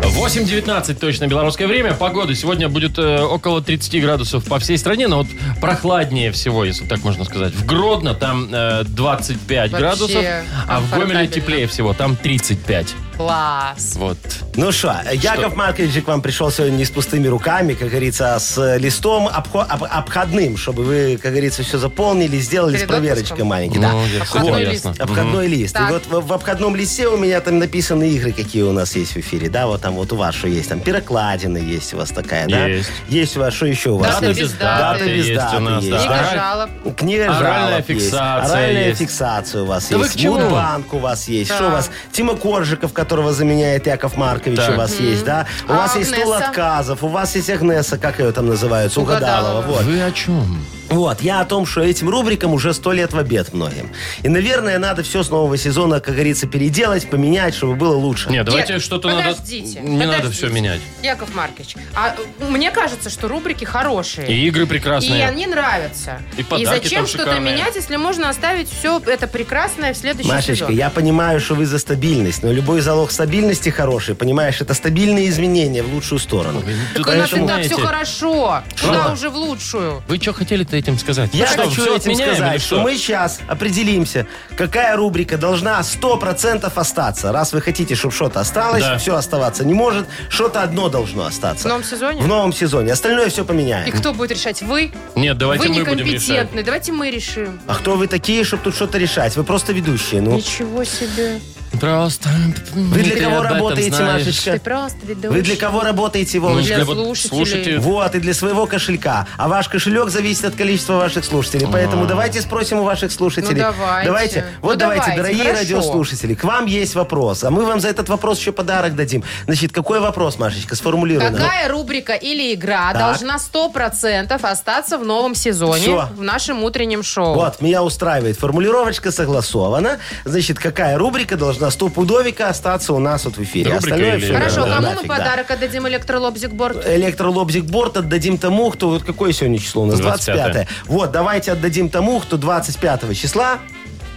Speaker 2: 8.19 точно белорусское время. Погода сегодня будет э, около 30 градусов по всей стране, но вот прохладнее всего, если так можно сказать. В Гродно там э, 25
Speaker 3: Вообще
Speaker 2: градусов, а в Гомеле
Speaker 3: комфортабельно.
Speaker 2: теплее всего, там 35.
Speaker 3: Класс.
Speaker 2: Вот.
Speaker 4: Ну что, Яков Маркович к вам пришел сегодня не с пустыми руками, как говорится, а с э, листом обхо- об- обходным, чтобы вы, как говорится, все заполнили, сделали
Speaker 3: Перед
Speaker 4: с проверочкой
Speaker 3: отпуском?
Speaker 4: маленькой. да.
Speaker 2: Ну, я-
Speaker 3: Обходной
Speaker 2: всё
Speaker 3: лист.
Speaker 2: ясно.
Speaker 4: Обходной лист.
Speaker 3: Так.
Speaker 4: И вот в, в обходном листе у меня там написаны игры, какие у нас есть в эфире. Да, вот там вот у вас что есть. Там пирокладина есть у вас такая, да?
Speaker 2: Есть.
Speaker 4: Есть у вас, что еще у вас?
Speaker 3: Дата
Speaker 2: Даты
Speaker 4: есть?
Speaker 2: без
Speaker 3: без
Speaker 2: даты
Speaker 3: даты
Speaker 4: без
Speaker 2: есть
Speaker 4: даты
Speaker 2: у нас, да.
Speaker 4: есть.
Speaker 3: Книга
Speaker 2: Ораль-
Speaker 3: жалоб.
Speaker 4: Книга
Speaker 2: Оральная
Speaker 4: жалоб есть.
Speaker 2: фиксация
Speaker 4: Оральная
Speaker 2: есть.
Speaker 4: фиксация у вас
Speaker 2: Да вы
Speaker 4: есть.
Speaker 2: к чему?
Speaker 4: Мудбанк у вас есть.
Speaker 3: Да.
Speaker 4: Что у вас? Тима Коржиков, которого заменяет Яков Маркович,
Speaker 2: Так.
Speaker 4: у вас есть, да? У
Speaker 3: А
Speaker 4: вас есть стол
Speaker 3: Агнеса?
Speaker 4: отказов, у вас есть Агнеса, как ее там называют,
Speaker 3: Угадалова.
Speaker 4: Угадалова. Вот.
Speaker 2: Вы о чем?
Speaker 4: Вот, я о том, что этим рубрикам уже сто лет в обед многим. И, наверное, надо все с нового сезона, как говорится, переделать, поменять, чтобы было лучше.
Speaker 2: Нет, давайте
Speaker 3: Нет,
Speaker 2: что-то надо...
Speaker 3: подождите,
Speaker 2: Не надо
Speaker 3: подождите.
Speaker 2: все менять.
Speaker 3: Яков Маркович, а э, мне кажется, что рубрики хорошие.
Speaker 2: И игры
Speaker 3: И
Speaker 2: прекрасные.
Speaker 3: они нравятся.
Speaker 2: И подарки
Speaker 3: зачем
Speaker 2: там
Speaker 3: что-то
Speaker 2: шикарные.
Speaker 3: менять, если можно оставить все это прекрасное в следующий
Speaker 4: Машечка,
Speaker 3: сезон?
Speaker 4: я понимаю, что вы за стабильность, но любой залог стабильности хороший, понимаешь, это стабильные изменения в лучшую сторону.
Speaker 2: Тут
Speaker 3: Так у нас и
Speaker 2: поэтому-
Speaker 3: ну, а так все
Speaker 2: знаете,
Speaker 3: хорошо. Куда
Speaker 2: Что?
Speaker 3: уже в лучшую?
Speaker 2: Вы что хотели-то этим сказать?
Speaker 4: Я
Speaker 2: Что,
Speaker 4: хочу
Speaker 2: всё
Speaker 4: этим
Speaker 2: отменяем или
Speaker 4: сказать, что?
Speaker 2: что?
Speaker 4: мы сейчас определимся, какая рубрика должна 100% остаться. Раз вы хотите, чтобы что-то осталось,
Speaker 2: Да.
Speaker 4: все оставаться не может, что-то одно должно остаться.
Speaker 3: В новом сезоне?
Speaker 4: В новом сезоне. Остальное все поменяем.
Speaker 3: И кто будет решать? Вы?
Speaker 2: Нет, давайте
Speaker 3: Вы
Speaker 2: мы будем решать.
Speaker 3: некомпетентны. Давайте мы решим.
Speaker 4: А кто вы такие, чтобы тут что-то решать? Вы просто ведущие. Ну,
Speaker 3: Ничего себе.
Speaker 2: Просто...
Speaker 4: вы для кого работаете,
Speaker 3: Ты
Speaker 4: Машечка?
Speaker 3: просто ведущий.
Speaker 4: Вы для кого работаете, Вовочка?
Speaker 3: для
Speaker 2: Для вот
Speaker 3: слушателей.
Speaker 2: Ну, слушайте.
Speaker 4: Вот, и для своего кошелька. А ваш кошелек зависит от количества ваших слушателей.
Speaker 2: А.
Speaker 4: Поэтому давайте спросим у ваших слушателей.
Speaker 3: Ну, давайте.
Speaker 4: Давайте.
Speaker 3: Ну,
Speaker 4: Вот давайте,
Speaker 3: давайте,
Speaker 4: дорогие
Speaker 3: хорошо.
Speaker 4: радиослушатели, к вам есть вопрос. А мы вам за этот вопрос еще подарок дадим. Значит, какой вопрос, Машечка? Сформулируй нам.
Speaker 3: Какая рубрика или игра
Speaker 4: Так.
Speaker 3: должна 100% остаться в новом сезоне
Speaker 4: Всё.
Speaker 3: в нашем утреннем шоу?
Speaker 4: Вот, меня устраивает. Формулировочка согласована. Значит, какая рубрика должна стопудовика остаться у нас вот в эфире?
Speaker 2: Рубрика или-
Speaker 4: всё,
Speaker 3: Хорошо,
Speaker 4: наверное,
Speaker 3: кому мы
Speaker 4: нафиг, да. Э,
Speaker 3: подарок отдадим электролобзик-борт?
Speaker 4: электролобзик борт отдадим тому, кто... Вот какое сегодня число у нас?
Speaker 2: 25-е.
Speaker 4: 25 Вот, давайте отдадим тому, кто 25 числа...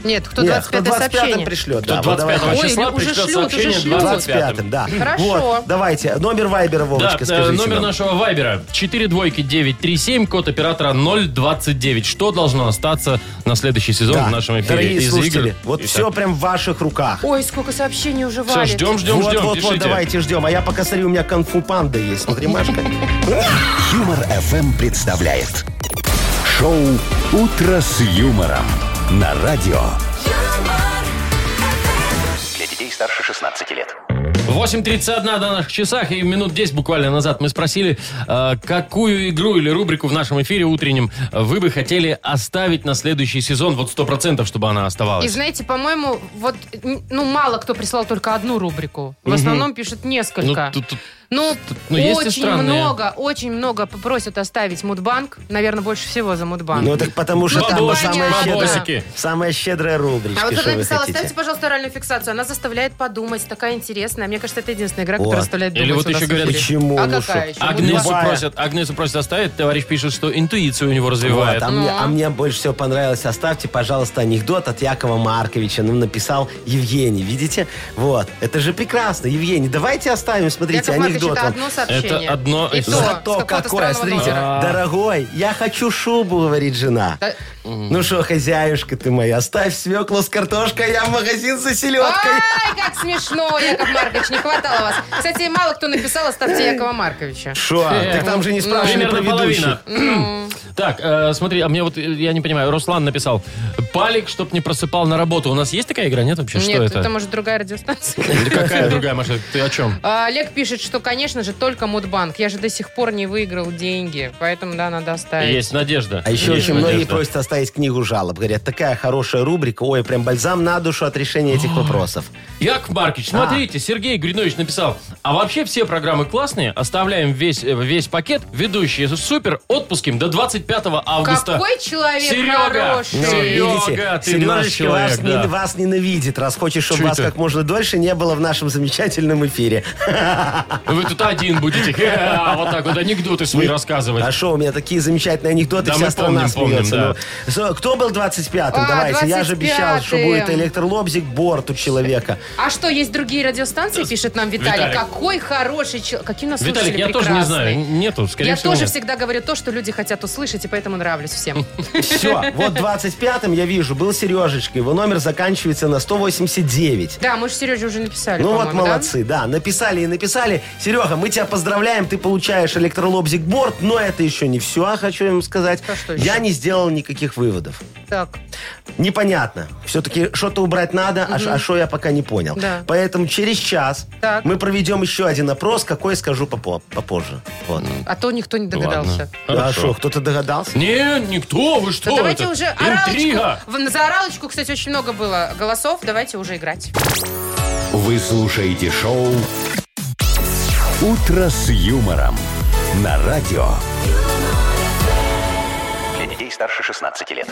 Speaker 3: Нет, кто
Speaker 4: Нет, кто
Speaker 3: 25 сообщение?
Speaker 4: пришлет.
Speaker 2: Кто
Speaker 4: да, вот давайте.
Speaker 2: 25
Speaker 3: Ой, ну
Speaker 2: числа
Speaker 3: уже
Speaker 2: пришлет
Speaker 3: шлют, уже
Speaker 2: сообщение
Speaker 3: шлют.
Speaker 2: 25
Speaker 4: 25 да.
Speaker 3: Хорошо.
Speaker 4: Вот, давайте. Номер Вайбера,
Speaker 2: Да,
Speaker 4: Вовочка,
Speaker 2: э,
Speaker 4: скажите
Speaker 2: номер
Speaker 4: нам.
Speaker 2: нашего вайбера 4 двойки 937, код оператора 029. Что должно остаться на следующий сезон
Speaker 4: Да.
Speaker 2: в нашем эфире?
Speaker 4: Дорогие
Speaker 2: из
Speaker 4: слушатели,
Speaker 2: игр?
Speaker 4: вот
Speaker 2: И
Speaker 4: все
Speaker 2: так.
Speaker 4: прям в ваших руках.
Speaker 3: Ой, сколько сообщений уже
Speaker 2: Все,
Speaker 3: валит.
Speaker 2: ждем, ждем,
Speaker 4: вот,
Speaker 2: ждем.
Speaker 4: вот,
Speaker 2: Пишите.
Speaker 4: вот, давайте ждем. А я пока смотрю, у меня конфу панда есть. Смотри, Машка.
Speaker 1: Юмор FM представляет шоу Утро с юмором на радио.
Speaker 7: юмор,
Speaker 6: Для детей старше 16 лет.
Speaker 2: 8.31 на наших часах, и минут 10 буквально назад мы спросили, э, какую игру или рубрику в нашем эфире утреннем вы бы хотели оставить на следующий сезон, вот 100%, чтобы она
Speaker 3: И
Speaker 2: оставалась.
Speaker 3: знаете, по-моему, вот, н- ну, мало кто прислал только одну рубрику. В основном пишут
Speaker 2: Ну,
Speaker 3: несколько.
Speaker 2: тут- тут-
Speaker 3: Ну,
Speaker 2: ну, есть и
Speaker 3: очень
Speaker 2: странные.
Speaker 3: много, очень много просят оставить Мудбанк. Наверное, больше всего за Мудбанк.
Speaker 4: Ну так потому что
Speaker 3: Ну,
Speaker 4: там
Speaker 3: бабосики,
Speaker 4: самая
Speaker 2: бабосики.
Speaker 4: щедрая, самая щедрая рубричка,
Speaker 3: а вот
Speaker 4: что
Speaker 3: кто
Speaker 4: вы
Speaker 3: написал,
Speaker 4: хотите.
Speaker 3: оставьте, пожалуйста, оральную фиксацию. Она заставляет подумать, такая интересная. Мне кажется, это единственная игра,
Speaker 4: Вот.
Speaker 3: которая заставляет
Speaker 2: Или
Speaker 3: думать.
Speaker 2: вот
Speaker 3: у нас
Speaker 2: еще
Speaker 3: в
Speaker 2: говорят,
Speaker 3: эфире.
Speaker 4: почему,
Speaker 3: А
Speaker 4: ну
Speaker 3: какая
Speaker 4: что?
Speaker 3: еще?
Speaker 2: Агнесу
Speaker 4: Любая.
Speaker 2: просят, Агнесу просят оставить, товарищ пишет, что интуицию у него развивает.
Speaker 4: Вот, а, мне,
Speaker 3: Ну.
Speaker 4: а мне больше всего понравилось. Оставьте, пожалуйста, анекдот от Якова Марковича. Нам написал Евгений. Видите? Вот. Это же прекрасно. Евгений, давайте оставим, смотрите,
Speaker 3: Яков Маркович,
Speaker 4: анекдот
Speaker 3: это
Speaker 4: вам.
Speaker 3: одно сообщение.
Speaker 2: Это одно
Speaker 3: И
Speaker 2: из-
Speaker 3: то,
Speaker 4: Зато
Speaker 3: с какого-то
Speaker 4: какое,
Speaker 3: странного
Speaker 4: смотрите,
Speaker 3: номера.
Speaker 2: А.
Speaker 4: дорогой, я хочу шубу, говорит жена.
Speaker 3: Да-
Speaker 4: Ну что, хозяюшка ты моя, оставь свеклу с картошкой, я в магазин за селедкой.
Speaker 3: Ай, как смешно, Яков Маркович, не хватало вас. Кстати, мало кто написал, оставьте Якова Марковича.
Speaker 4: Шо? Так там же
Speaker 3: Ну,
Speaker 4: не спрашивали про
Speaker 2: Примерно половина.
Speaker 4: ведущих.
Speaker 2: Так, э, смотри, а мне вот, э, я не понимаю, Руслан написал, палик, чтоб не просыпал на работу. У нас есть такая игра, нет вообще?
Speaker 3: Нет,
Speaker 2: Что это?
Speaker 3: это может другая радиостанция.
Speaker 2: Да Какая другая машина? Ты о чем?
Speaker 3: А, Олег пишет, что, конечно же, только Мудбанк. Я же до сих пор не выиграл деньги, поэтому, да, надо оставить.
Speaker 2: Есть надежда.
Speaker 4: А еще
Speaker 2: Есть
Speaker 4: очень многие
Speaker 2: надежда.
Speaker 4: просят оставить книгу жалоб. Говорят, такая хорошая рубрика, ой, прям бальзам на душу от решения этих вопросов.
Speaker 2: Яков Маркич,
Speaker 4: А.
Speaker 2: смотрите, Сергей Гринович написал, а вообще все программы классные, оставляем весь, э, весь пакет, ведущие супер, отпуским до 25 августа.
Speaker 3: Какой человек
Speaker 2: Серега!
Speaker 3: хороший.
Speaker 2: Ну, Серега, ты наш
Speaker 4: Сережечка
Speaker 2: человек,
Speaker 4: вас, не-
Speaker 2: да.
Speaker 4: вас ненавидит, раз хочет, чтобы
Speaker 2: Чё
Speaker 4: вас
Speaker 2: это?
Speaker 4: как можно дольше не было в нашем замечательном эфире.
Speaker 2: Вы тут один будете. Ха, Вот так вот анекдоты свои рассказывать.
Speaker 4: А что, у меня такие замечательные анекдоты,
Speaker 2: Да, мы
Speaker 4: вся страна
Speaker 2: помним, помним,
Speaker 4: смеется. ну. Со- кто был 25-м?
Speaker 3: А,
Speaker 4: Давайте, я же обещал, что
Speaker 3: 25-м.
Speaker 4: будет электролобзик, борт у человека.
Speaker 3: А что, есть другие радиостанции, пишет нам Виталий.
Speaker 2: Виталик.
Speaker 3: Какой хороший человек. Какие у нас
Speaker 2: Виталик,
Speaker 3: слушатели
Speaker 2: я тоже не знаю.
Speaker 3: прекрасные.
Speaker 2: Нету, скорее
Speaker 3: Я
Speaker 2: всего.
Speaker 3: тоже
Speaker 2: нет.
Speaker 3: всегда говорю то, что люди хотят услышать, и поэтому нравлюсь всем.
Speaker 4: Все, вот 25-м, я вижу, был Сережечка. Его номер заканчивается на 189.
Speaker 3: Да, мы же Сереже уже написали,
Speaker 4: Ну вот
Speaker 3: по-моему, да?
Speaker 4: молодцы, да? написали и написали. Серега, мы тебя поздравляем, ты получаешь электролобзик борт, но это еще не все, хочу им сказать.
Speaker 3: А что еще?
Speaker 4: Я не сделал никаких выводов.
Speaker 3: Так.
Speaker 4: Непонятно. Все-таки что-то убрать надо, а ш- а что я пока не понял.
Speaker 3: Да.
Speaker 4: Поэтому через час
Speaker 3: Так.
Speaker 4: мы проведем еще один опрос, какой скажу попо- попозже. Вот. Ну,
Speaker 3: А то никто не догадался.
Speaker 4: А что, кто-то догадался?
Speaker 2: Не, никто, вы
Speaker 3: Да
Speaker 2: что?
Speaker 3: давайте
Speaker 2: это?
Speaker 3: уже
Speaker 2: Интрига.
Speaker 3: оралочку. В- За оралочку, кстати, очень много было голосов. Давайте уже играть.
Speaker 1: Вы слушаете шоу «Утро с юмором» на радио.
Speaker 6: Для детей старше 16 лет.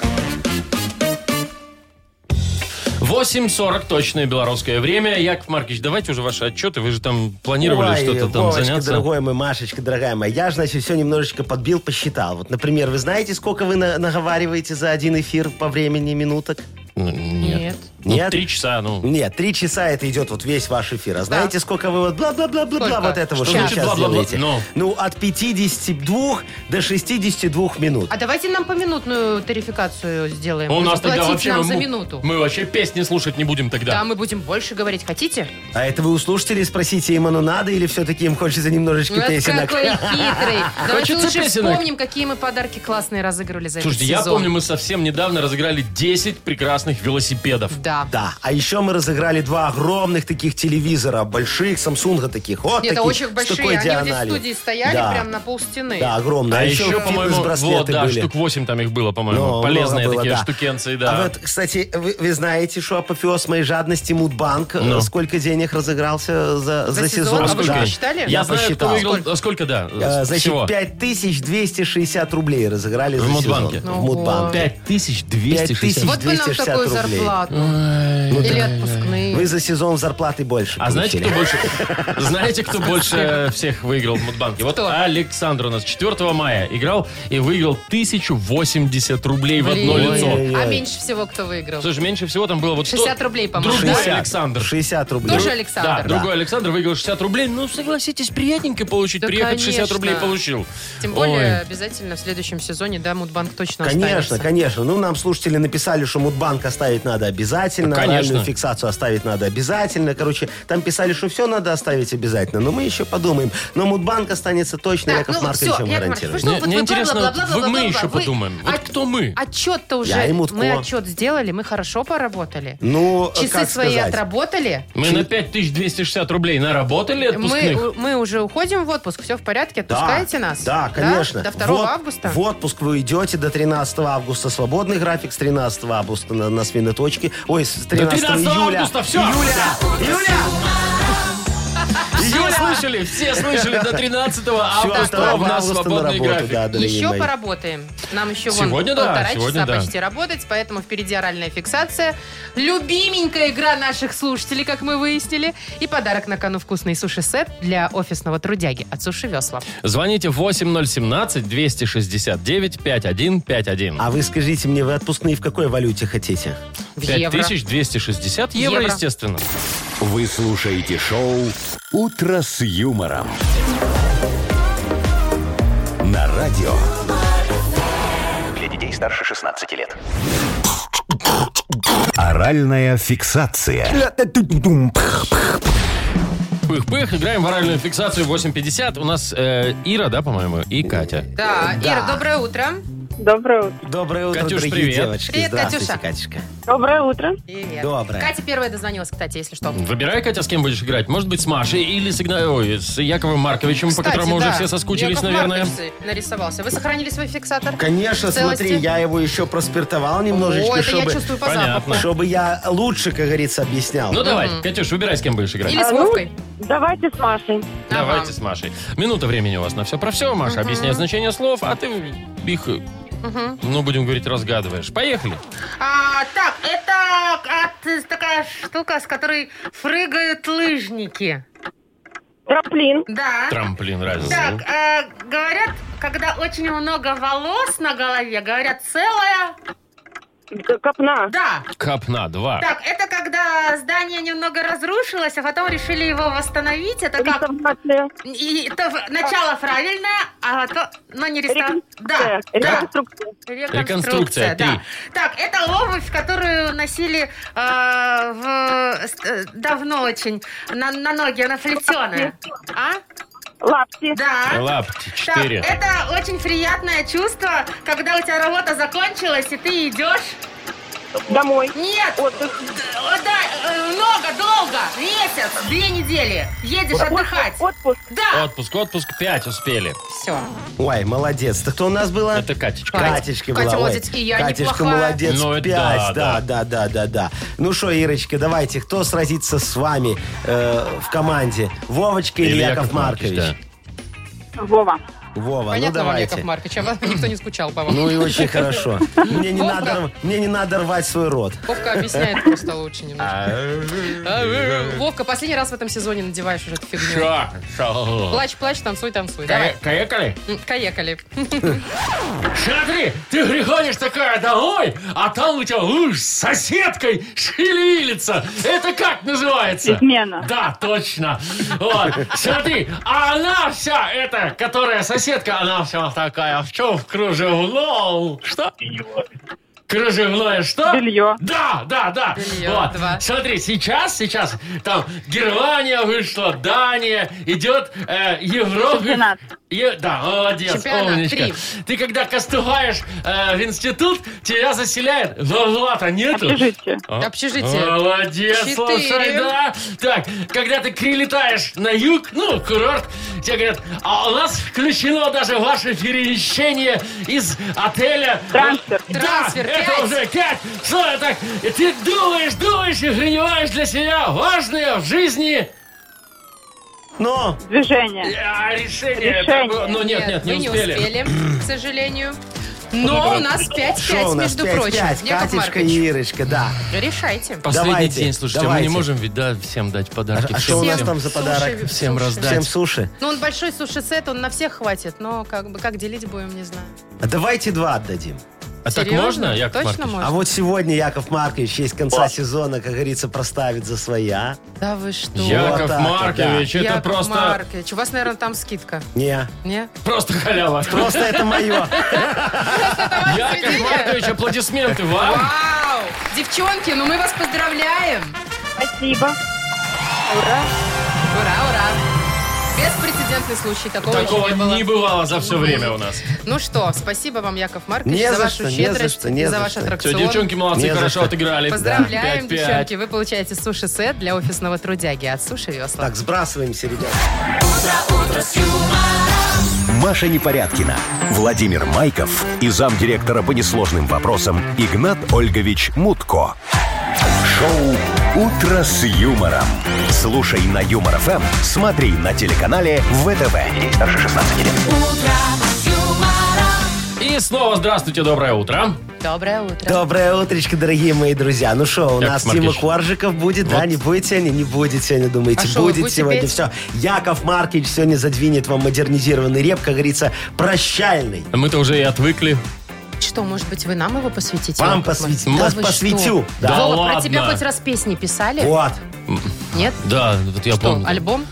Speaker 2: 8.40 точное белорусское время. Яков Маркич, давайте уже ваши отчеты. Вы же там планировали
Speaker 4: Ой,
Speaker 2: что-то там
Speaker 4: Вовочка,
Speaker 2: заняться.
Speaker 4: дорогой мой, Машечка, дорогая моя, я же, значит, все немножечко подбил, посчитал. Вот, например, вы знаете, сколько вы на- наговариваете за один эфир по времени минуток?
Speaker 2: Ну, Нет.
Speaker 3: Нет.
Speaker 2: Ну,
Speaker 4: Нет?
Speaker 2: три часа, ну.
Speaker 4: Нет, три часа это идет вот весь ваш эфир. А знаете, сколько вы вот бла-бла-бла-бла-бла
Speaker 3: Сколько?
Speaker 4: вот это вот
Speaker 2: Что
Speaker 4: что вы
Speaker 2: значит
Speaker 4: сейчас
Speaker 2: бла-бла-бла?
Speaker 4: делаете?
Speaker 2: Ну.
Speaker 4: Ну, от 52 до 62 минут.
Speaker 3: А давайте нам по минутную тарификацию сделаем.
Speaker 2: У нас тогда вообще...
Speaker 3: Заплатите нам
Speaker 2: мы,
Speaker 3: за
Speaker 2: му-
Speaker 3: минуту.
Speaker 2: Мы вообще песни слушать не будем тогда.
Speaker 3: Да, мы будем больше говорить. Хотите?
Speaker 4: А это вы у слушателей спросите, им оно надо или все-таки им хочется немножечко
Speaker 3: Вот
Speaker 4: песенок?
Speaker 3: Ну, какой хитрый. Давайте
Speaker 2: Хочется
Speaker 3: лучше
Speaker 2: песенок.
Speaker 3: вспомним, какие мы подарки классные разыгрывали за
Speaker 2: Слушайте,
Speaker 3: этот
Speaker 2: я
Speaker 3: сезон.
Speaker 2: помню, мы совсем недавно разыграли 10 прекрасных велосипедов.
Speaker 3: Да.
Speaker 4: Да, а еще мы разыграли два огромных таких телевизора, больших, Самсунга таких, вот
Speaker 3: Нет, это
Speaker 4: таких,
Speaker 3: очень
Speaker 4: с
Speaker 3: большие.
Speaker 4: такой
Speaker 3: Они вот здесь в
Speaker 4: диагональю.
Speaker 3: студии стояли
Speaker 4: Да.
Speaker 3: прям на полстены.
Speaker 4: Да, огромные.
Speaker 2: А еще, по-моему,
Speaker 4: фитнес-браслеты
Speaker 2: вот, да,
Speaker 4: были.
Speaker 2: штук 8 там их было,
Speaker 4: Ну,
Speaker 2: по-моему.
Speaker 4: много
Speaker 2: Полезные
Speaker 4: было,
Speaker 2: такие
Speaker 4: да.
Speaker 2: штукенции, да.
Speaker 4: А вот, кстати, вы, вы знаете, что апофеоз моей жадности Мудбанк, э,
Speaker 2: Ну.
Speaker 4: сколько денег разыгрался за,
Speaker 3: За
Speaker 4: за
Speaker 3: сезон?
Speaker 4: сезон?
Speaker 3: А вы
Speaker 4: Да.
Speaker 3: посчитали?
Speaker 2: Я,
Speaker 4: Я,
Speaker 2: знаю,
Speaker 4: посчитал.
Speaker 2: кто выиграл. А Сколько, да?
Speaker 4: Э,
Speaker 2: всего?
Speaker 4: Значит, 5260 рублей разыграли
Speaker 2: В
Speaker 4: за
Speaker 2: Мудбанке.
Speaker 4: сезон.
Speaker 3: Ого.
Speaker 4: В Мудбанке.
Speaker 2: 5260.
Speaker 4: 5200.
Speaker 3: Вот бы нам
Speaker 4: 260
Speaker 3: такую
Speaker 4: рублей.
Speaker 3: зарплату. Или отпускные.
Speaker 4: Вы за сезон зарплаты больше
Speaker 2: А знаете,
Speaker 4: получили.
Speaker 2: кто больше, знаете, кто больше всех выиграл в Мудбанке? Вот Александр у нас 4 мая играл и выиграл 1080 рублей в одно
Speaker 3: Блин.
Speaker 2: лицо.
Speaker 3: А меньше всего кто выиграл?
Speaker 2: Слушай, меньше всего там было вот
Speaker 3: 60
Speaker 2: сто-
Speaker 3: рублей, по-моему,
Speaker 2: Другой
Speaker 3: да?
Speaker 2: Александр.
Speaker 4: 60 рублей.
Speaker 3: Тоже
Speaker 2: Да,
Speaker 3: Александр.
Speaker 2: другой Александр выиграл 60 рублей. Ну, согласитесь, приятненько получить.
Speaker 3: Да,
Speaker 2: Приехать 60
Speaker 3: конечно.
Speaker 2: рублей получил.
Speaker 3: Тем
Speaker 2: Ой.
Speaker 3: более, обязательно в следующем сезоне, да, Мудбанк точно
Speaker 4: Конечно,
Speaker 3: останется.
Speaker 4: конечно. Ну, нам слушатели написали, что Мудбанк оставить надо обязательно. обязательно.
Speaker 2: Да, конечно.
Speaker 4: Анальную фиксацию оставить надо обязательно. Короче, там писали, что все надо оставить обязательно. Но мы еще подумаем. Но Мудбанк останется точно,
Speaker 3: Так,
Speaker 4: Яков
Speaker 3: ну,
Speaker 4: Маркович
Speaker 3: всё,
Speaker 4: вам
Speaker 3: Яков
Speaker 4: гарантирует.
Speaker 3: Маркович, Ну,
Speaker 2: Мне-
Speaker 3: вот
Speaker 2: мне
Speaker 3: вы
Speaker 2: интересно,
Speaker 3: бла-бла-бла-бла-бла-бла,
Speaker 2: вот мы
Speaker 3: вы-
Speaker 2: еще подумаем. Вот кто мы?
Speaker 3: Отчет-то уже...
Speaker 4: и Мутко.
Speaker 3: мы отчет сделали, мы хорошо поработали.
Speaker 4: Ну,
Speaker 3: Часы
Speaker 4: как
Speaker 3: свои
Speaker 4: сказать?
Speaker 3: отработали.
Speaker 2: Мы на 5260 рублей наработали отпускных.
Speaker 3: Мы, мы уже уходим в отпуск, все в порядке, отпускаете нас?
Speaker 4: Да, конечно.
Speaker 3: До 2
Speaker 4: Вот-
Speaker 3: августа?
Speaker 4: В отпуск вы идете до 13 августа. Свободный график с 13 августа на, на свиноточке. Ой, с 13,
Speaker 2: 13
Speaker 4: июля.
Speaker 2: августа, всё.
Speaker 4: Июля! Июля!
Speaker 2: Все слышали, все слышали, до 13
Speaker 4: Всё,
Speaker 2: августа А у
Speaker 4: 2
Speaker 2: нас
Speaker 4: августа на
Speaker 2: свободный
Speaker 4: работу,
Speaker 2: график.
Speaker 4: да, дорогие
Speaker 3: Еще
Speaker 4: мои.
Speaker 3: поработаем. Нам еще вон
Speaker 2: Сегодня да,
Speaker 3: полтора
Speaker 2: сегодня
Speaker 3: часа
Speaker 2: да.
Speaker 3: почти работать, поэтому впереди оральная фиксация. Любименькая игра наших слушателей, как мы выяснили. И подарок на кону вкусный суши-сет для офисного трудяги от Суши Весла.
Speaker 2: Звоните 8017-269-5151.
Speaker 4: А вы скажите мне, вы отпускные в какой валюте хотите?
Speaker 3: В евро.
Speaker 2: 5260 евро,
Speaker 3: Евро.
Speaker 2: естественно.
Speaker 1: Вы слушаете шоу «Утро с юмором». На радио
Speaker 6: Для детей старше 16 лет.
Speaker 1: «Оральная фиксация».
Speaker 2: Пых-пых, играем в оральную фиксацию 8.50. У нас э, Ира, да, по-моему, и Катя.
Speaker 3: Да, Ира, доброе утро.
Speaker 8: Доброе утро.
Speaker 4: Доброе утро,
Speaker 2: Катюш,
Speaker 4: дорогие
Speaker 2: привет.
Speaker 4: девочки.
Speaker 3: Привет,
Speaker 4: Здравствуйте,
Speaker 3: Катюша.
Speaker 4: Катюшка.
Speaker 8: Доброе утро.
Speaker 3: Привет.
Speaker 4: Доброе.
Speaker 3: Катя первая дозвонилась, кстати, если что.
Speaker 2: Выбирай, Катя, с кем будешь играть. Может быть, с Машей или с, Игна- ой, с Яковым Марковичем, по
Speaker 3: Кстати,
Speaker 2: которому уже
Speaker 3: да,
Speaker 2: все соскучились,
Speaker 3: Яков
Speaker 2: наверное.
Speaker 3: Маркович нарисовался. Вы сохранили свой фиксатор?
Speaker 4: Конечно,
Speaker 3: В целости?
Speaker 4: смотри, я его еще проспиртовал немножечко,
Speaker 3: О, это я
Speaker 4: чтобы,
Speaker 3: чувствую по
Speaker 2: Понятно.
Speaker 3: запаху.
Speaker 4: чтобы я лучше, как говорится, объяснял.
Speaker 2: Ну давай, Катюш, выбирай, с кем будешь играть.
Speaker 3: Или с
Speaker 8: А, ну,
Speaker 3: Вовкой.
Speaker 8: Давайте с Машей.
Speaker 2: Давайте
Speaker 3: Ага.
Speaker 2: с Машей. Минута времени у вас на все про все. Маша объясняет значение слов, а ты их,
Speaker 3: Мгм.
Speaker 2: ну, будем говорить, разгадываешь. Поехали.
Speaker 3: А, так, это а, такая штука, с которой фрыгают лыжники.
Speaker 8: Трамплин.
Speaker 3: Да.
Speaker 2: Трамплин разница.
Speaker 3: А? Так, э, говорят, когда очень много волос на голове, говорят, целая.
Speaker 8: Копна.
Speaker 3: Да.
Speaker 2: Капна, два.
Speaker 3: Так, это когда здание немного разрушилось, а потом решили его восстановить. Это как?
Speaker 8: Реставрация.
Speaker 3: И то в- начало правильное, а то, но не ресторан. Да,
Speaker 8: Реконструкция.
Speaker 3: да.
Speaker 8: Реконструкция.
Speaker 2: Реконструкция,
Speaker 3: да. Так, это обувь, которую носили э, в- с- э, давно очень на, на ноги, она плетеная. А?
Speaker 8: Лапти.
Speaker 3: Да.
Speaker 2: Лапти,
Speaker 3: а? Так, э?
Speaker 2: четыре.
Speaker 3: это очень приятное чувство, когда у тебя работа закончилась, и ты идешь.
Speaker 8: Домой.
Speaker 3: Нет!
Speaker 8: Отдых.
Speaker 3: Д- о, да, э, много, долго, месяц, две недели. Едешь отдыхать.
Speaker 8: Отпуск.
Speaker 3: Да!
Speaker 2: Отпуск, отпуск, пять успели.
Speaker 3: Все.
Speaker 4: Ой, молодец. Так кто у нас была?
Speaker 2: Это Катечка.
Speaker 3: Кать.
Speaker 4: Катечка
Speaker 3: Катя
Speaker 4: была. ой.
Speaker 3: молодец, и я
Speaker 4: Катюшка
Speaker 3: неплохая.
Speaker 4: молодец,
Speaker 2: Ну, это
Speaker 4: пять. Да,
Speaker 2: да,
Speaker 4: да, да, да, да, Ну что, Ирочка, давайте, кто сразится с вами э, в команде? Вовочка или, Яков, Маркович?
Speaker 8: Вова.
Speaker 4: Вова, ну
Speaker 3: вам,
Speaker 4: давайте.
Speaker 3: Яков Маркович, а вам никто не скучал по вам.
Speaker 4: Ну и очень хорошо. Мне не,
Speaker 3: Вовка.
Speaker 4: надо, рв- мне не надо рвать свой рот.
Speaker 3: Вовка объясняет просто лучше немножко.
Speaker 4: э,
Speaker 3: А, Вовка, последний раз в этом сезоне надеваешь уже эту фигню.
Speaker 2: Ша, ша.
Speaker 3: Плачь, плачь, танцуй, танцуй. Давай.
Speaker 2: Кае- Каекали?
Speaker 3: М, Каекали.
Speaker 2: Смотри, ты приходишь такая домой, а там у тебя лыж с соседкой шевелится. Это как называется?
Speaker 8: Измена.
Speaker 2: Да, точно. Вот, смотри, а она вся, эта, которая соседка, она вся такая, «А в чем в кружевном? Что? Кружевное что?
Speaker 8: Белье.
Speaker 2: Да, да, да.
Speaker 3: Белье,
Speaker 2: Вот.
Speaker 3: два.
Speaker 2: Смотри, сейчас, сейчас там Германия вышла, Дания, идет э, Европа.
Speaker 8: Чемпионат.
Speaker 2: Е- да, молодец,
Speaker 3: Чемпионат,
Speaker 2: умничка.
Speaker 3: три.
Speaker 2: Ты когда костываешь э, в институт, тебя заселяют. Влада нету.
Speaker 8: Общежитие.
Speaker 2: А?
Speaker 3: Общежитие.
Speaker 2: Молодец,
Speaker 3: Четыре.
Speaker 2: слушай, да. Так, когда ты прилетаешь на юг, ну, курорт, тебе говорят, а у нас включено даже ваше перемещение из отеля.
Speaker 8: Трансфер.
Speaker 2: Да,
Speaker 3: Трансфер,
Speaker 2: это
Speaker 3: пять.
Speaker 2: уже пять. Слушай, так, и ты думаешь, думаешь и принимаешь для себя важное в жизни
Speaker 4: Но
Speaker 8: Движение.
Speaker 2: а, решение.
Speaker 8: Решение.
Speaker 2: Ну, нет, нет, не
Speaker 3: вы
Speaker 2: успели.
Speaker 3: не успели, к сожалению. Но у нас 5-5,
Speaker 4: что у нас?
Speaker 3: между прочим.
Speaker 4: 5-5.
Speaker 3: Яков
Speaker 4: Катечка
Speaker 3: Маркович,
Speaker 4: и Ирочка, да.
Speaker 3: решайте.
Speaker 2: Последний
Speaker 4: Давайте,
Speaker 2: день, слушайте, мы
Speaker 4: давайте.
Speaker 2: не можем ведь, да, всем дать подарки.
Speaker 4: А
Speaker 2: всем,
Speaker 4: что у нас
Speaker 2: всем,
Speaker 4: там за подарок?
Speaker 2: всем
Speaker 3: суши.
Speaker 2: раздать.
Speaker 4: Всем суши.
Speaker 3: Ну, он большой суши-сет, он на всех хватит, но как бы как делить будем, не знаю.
Speaker 4: А давайте два отдадим.
Speaker 2: А так
Speaker 3: Серьезно?
Speaker 2: можно, Яков
Speaker 3: Точно
Speaker 2: Маркович?
Speaker 4: А
Speaker 3: можно?
Speaker 4: вот сегодня Яков Маркович есть конца сезона, как говорится, проставит за а? своя.
Speaker 3: Да вы что?
Speaker 2: Яков
Speaker 4: Вот так,
Speaker 2: Маркович, это
Speaker 3: Яков
Speaker 2: просто,
Speaker 3: Маркович, у вас, наверное, там скидка.
Speaker 4: Не,
Speaker 3: Не?
Speaker 2: просто халява.
Speaker 4: просто это мое.
Speaker 2: Яков Маркович, аплодисменты вам.
Speaker 3: Вау! Девчонки, ну мы вас поздравляем!
Speaker 8: Спасибо. Ура.
Speaker 3: Ура, ура! Беспрецедентный случай, такого,
Speaker 2: Такого
Speaker 3: еще не было.
Speaker 2: не бывало за все время у нас.
Speaker 3: Ну что, спасибо вам, Яков Маркович,
Speaker 4: Не
Speaker 3: за,
Speaker 4: за
Speaker 3: вашу
Speaker 4: что, не за
Speaker 3: щедрость,
Speaker 4: что, не
Speaker 3: за,
Speaker 4: за
Speaker 3: ваш
Speaker 4: что.
Speaker 2: Все,
Speaker 3: аттракцион.
Speaker 2: девчонки молодцы,
Speaker 4: Не за
Speaker 2: хорошо
Speaker 4: что.
Speaker 2: отыграли.
Speaker 3: Поздравляем,
Speaker 2: Пять-пять.
Speaker 3: девчонки! Вы получаете суши-сет для офисного трудяги от Суши Весла.
Speaker 4: Так, сбрасываемся, ребят.
Speaker 1: Маша Непорядкина, Владимир Майков и замдиректора по несложным вопросам Игнат Ольгович Мутко. Шоу «Утро с юмором». Слушай на Юмор ФМ, смотри на телеканале ВТВ. Ей старше 16 лет.
Speaker 2: И снова здравствуйте, доброе утро.
Speaker 3: Доброе утро.
Speaker 4: Доброе утречко, дорогие мои друзья. Ну что, у
Speaker 2: Яков
Speaker 4: нас
Speaker 2: Маркович.
Speaker 4: Тима Коржиков будет, да? Не будет сегодня? Не будет сегодня, думаете?
Speaker 3: А шо, вы
Speaker 4: будет
Speaker 3: будете
Speaker 4: сегодня.
Speaker 3: петь?
Speaker 4: Все. Яков Маркович сегодня задвинет вам модернизированный реп, как говорится, прощальный.
Speaker 2: Мы-то уже и отвыкли.
Speaker 3: Что, может быть, вы нам его посвятите?
Speaker 4: Вам
Speaker 3: Яков
Speaker 4: посвятить.
Speaker 3: Маркович? Да
Speaker 4: Вас
Speaker 3: вы что?
Speaker 4: посвятю.
Speaker 2: Да
Speaker 4: Да.
Speaker 3: Вова,
Speaker 2: ладно.
Speaker 3: про тебя хоть раз песни писали?
Speaker 4: Вот.
Speaker 3: Нет?
Speaker 2: Да, вот я
Speaker 3: Что,
Speaker 2: помню.
Speaker 3: альбом?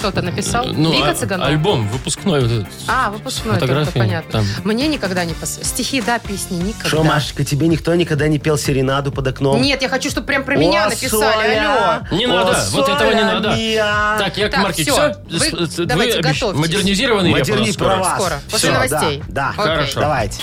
Speaker 3: Кто-то написал?
Speaker 2: Ну,
Speaker 3: Вика
Speaker 2: а-
Speaker 3: Цыганова?
Speaker 2: альбом выпускной. вот этот.
Speaker 3: А, выпускной только,
Speaker 2: Фотографии
Speaker 3: понятно.
Speaker 2: там.
Speaker 3: Мне никогда не пос... Стихи, да, песни, никогда.
Speaker 4: Что, Машечка, тебе никто никогда не пел серенаду под окном?
Speaker 3: Нет, я хочу, чтобы прям про меня
Speaker 4: О,
Speaker 3: написали.
Speaker 4: Соля!
Speaker 3: Алло.
Speaker 2: Не
Speaker 4: О,
Speaker 2: надо, вот этого не
Speaker 4: Соля
Speaker 2: надо.
Speaker 4: мия!
Speaker 2: Так, Яков
Speaker 3: Так,
Speaker 2: Маркович,
Speaker 3: всё,
Speaker 2: всё?
Speaker 3: вы
Speaker 2: С- с- вы
Speaker 3: давайте
Speaker 2: обещ-
Speaker 3: готовьтесь.
Speaker 2: Модернизированный реп у нас
Speaker 4: Модерни
Speaker 2: Ну, скоро.
Speaker 4: про вас.
Speaker 3: Скоро, после
Speaker 4: Всё,
Speaker 3: новостей.
Speaker 4: Да, да.
Speaker 3: Окей.
Speaker 2: Хорошо.
Speaker 4: давайте.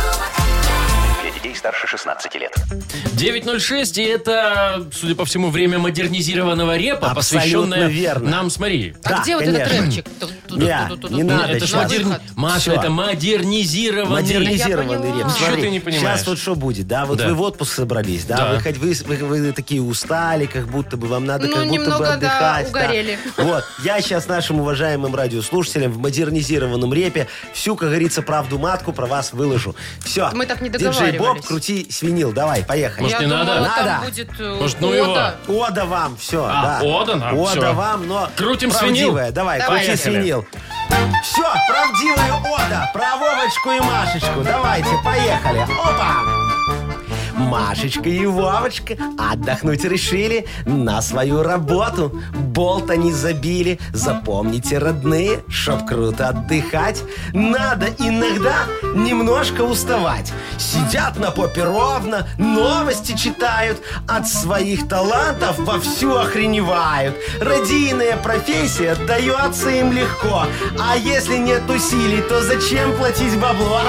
Speaker 6: Для детей старше 16 лет.
Speaker 2: 9.06, и это, судя по всему, время модернизированного репа,
Speaker 4: Абсолютно
Speaker 2: посвященное
Speaker 4: верно.
Speaker 2: нам с Марией.
Speaker 3: А
Speaker 4: Да,
Speaker 3: где вот этот
Speaker 4: конечно.
Speaker 3: рэпчик? Ту- ту- ту-
Speaker 4: Не,
Speaker 3: ту- ту-
Speaker 4: не
Speaker 3: ту-
Speaker 4: надо
Speaker 2: это ж
Speaker 4: щас.
Speaker 3: модерни-
Speaker 2: модерни- Маша,
Speaker 4: Всё.
Speaker 2: это модернизированный
Speaker 4: Модернизированный
Speaker 3: поняла.
Speaker 4: реп.
Speaker 2: Ничего ты не понимаешь.
Speaker 4: Сейчас вот что будет, да? Вот
Speaker 2: Да.
Speaker 4: вы в отпуск собрались, да?
Speaker 2: Да.
Speaker 4: Вы, хоть- вы, вы- вы такие устали, как будто бы вам надо,
Speaker 3: Ну,
Speaker 4: как будто бы
Speaker 3: немного, да,
Speaker 4: отдыхать.
Speaker 3: угорели.
Speaker 4: Вот, я сейчас нашим уважаемым радиослушателям в модернизированном репе всю, как говорится, правду матку про вас выложу. Все.
Speaker 3: Мы так не
Speaker 4: Диджей Боб,
Speaker 3: договаривались.
Speaker 4: крути свинил. Давай, поехали.
Speaker 2: Может,
Speaker 3: Я
Speaker 2: не
Speaker 3: думала,
Speaker 2: надо?
Speaker 3: там
Speaker 4: Надо.
Speaker 3: будет э,
Speaker 2: Может, ну
Speaker 3: Ода.
Speaker 2: его?
Speaker 4: Ода вам, все.
Speaker 2: А,
Speaker 4: да.
Speaker 2: ода нам,
Speaker 4: Ода
Speaker 2: всё.
Speaker 4: вам, но
Speaker 2: Крутим
Speaker 4: правдивая.
Speaker 2: свинил?
Speaker 4: Давай,
Speaker 3: Давай,
Speaker 4: крути
Speaker 2: поехали.
Speaker 4: свинил. Все, правдивая ода про Вовочку и Машечку. Давайте, поехали. Опа! Машечка и Вовочка отдохнуть решили на свою работу. Болт они забили. Запомните, родные, чтоб круто отдыхать, надо иногда немножко уставать. Сидят на попе ровно, новости читают, от своих талантов вовсю охреневают. Радийная профессия дается им легко, а если нет усилий, то зачем платить бабло?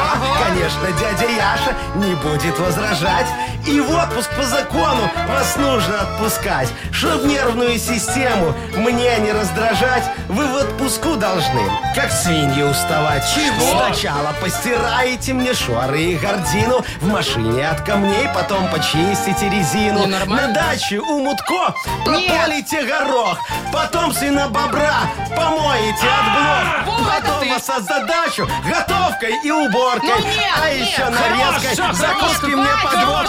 Speaker 4: Конечно, дядя Яша не будет возражать. И в отпуск по закону вас нужно отпускать. Чтоб нервную систему мне не раздражать, вы в отпуску должны, как свиньи уставать. Сначала постираете мне шоры и гордину, в машине от камней потом почистите резину.
Speaker 3: Ну, нормально.
Speaker 4: На даче у Мутко
Speaker 3: Нет.
Speaker 4: прополите горох, потом сына бобра помоете от блох.
Speaker 3: Вова, это
Speaker 4: Потом
Speaker 3: ты.
Speaker 4: вас задачу готовкой и уборкой.
Speaker 3: Ну нет,
Speaker 4: а
Speaker 3: нет.
Speaker 4: еще нарезкой,
Speaker 2: Хорошо,
Speaker 4: закуски
Speaker 3: Хватит,
Speaker 4: мне
Speaker 3: хватит,
Speaker 4: подводку.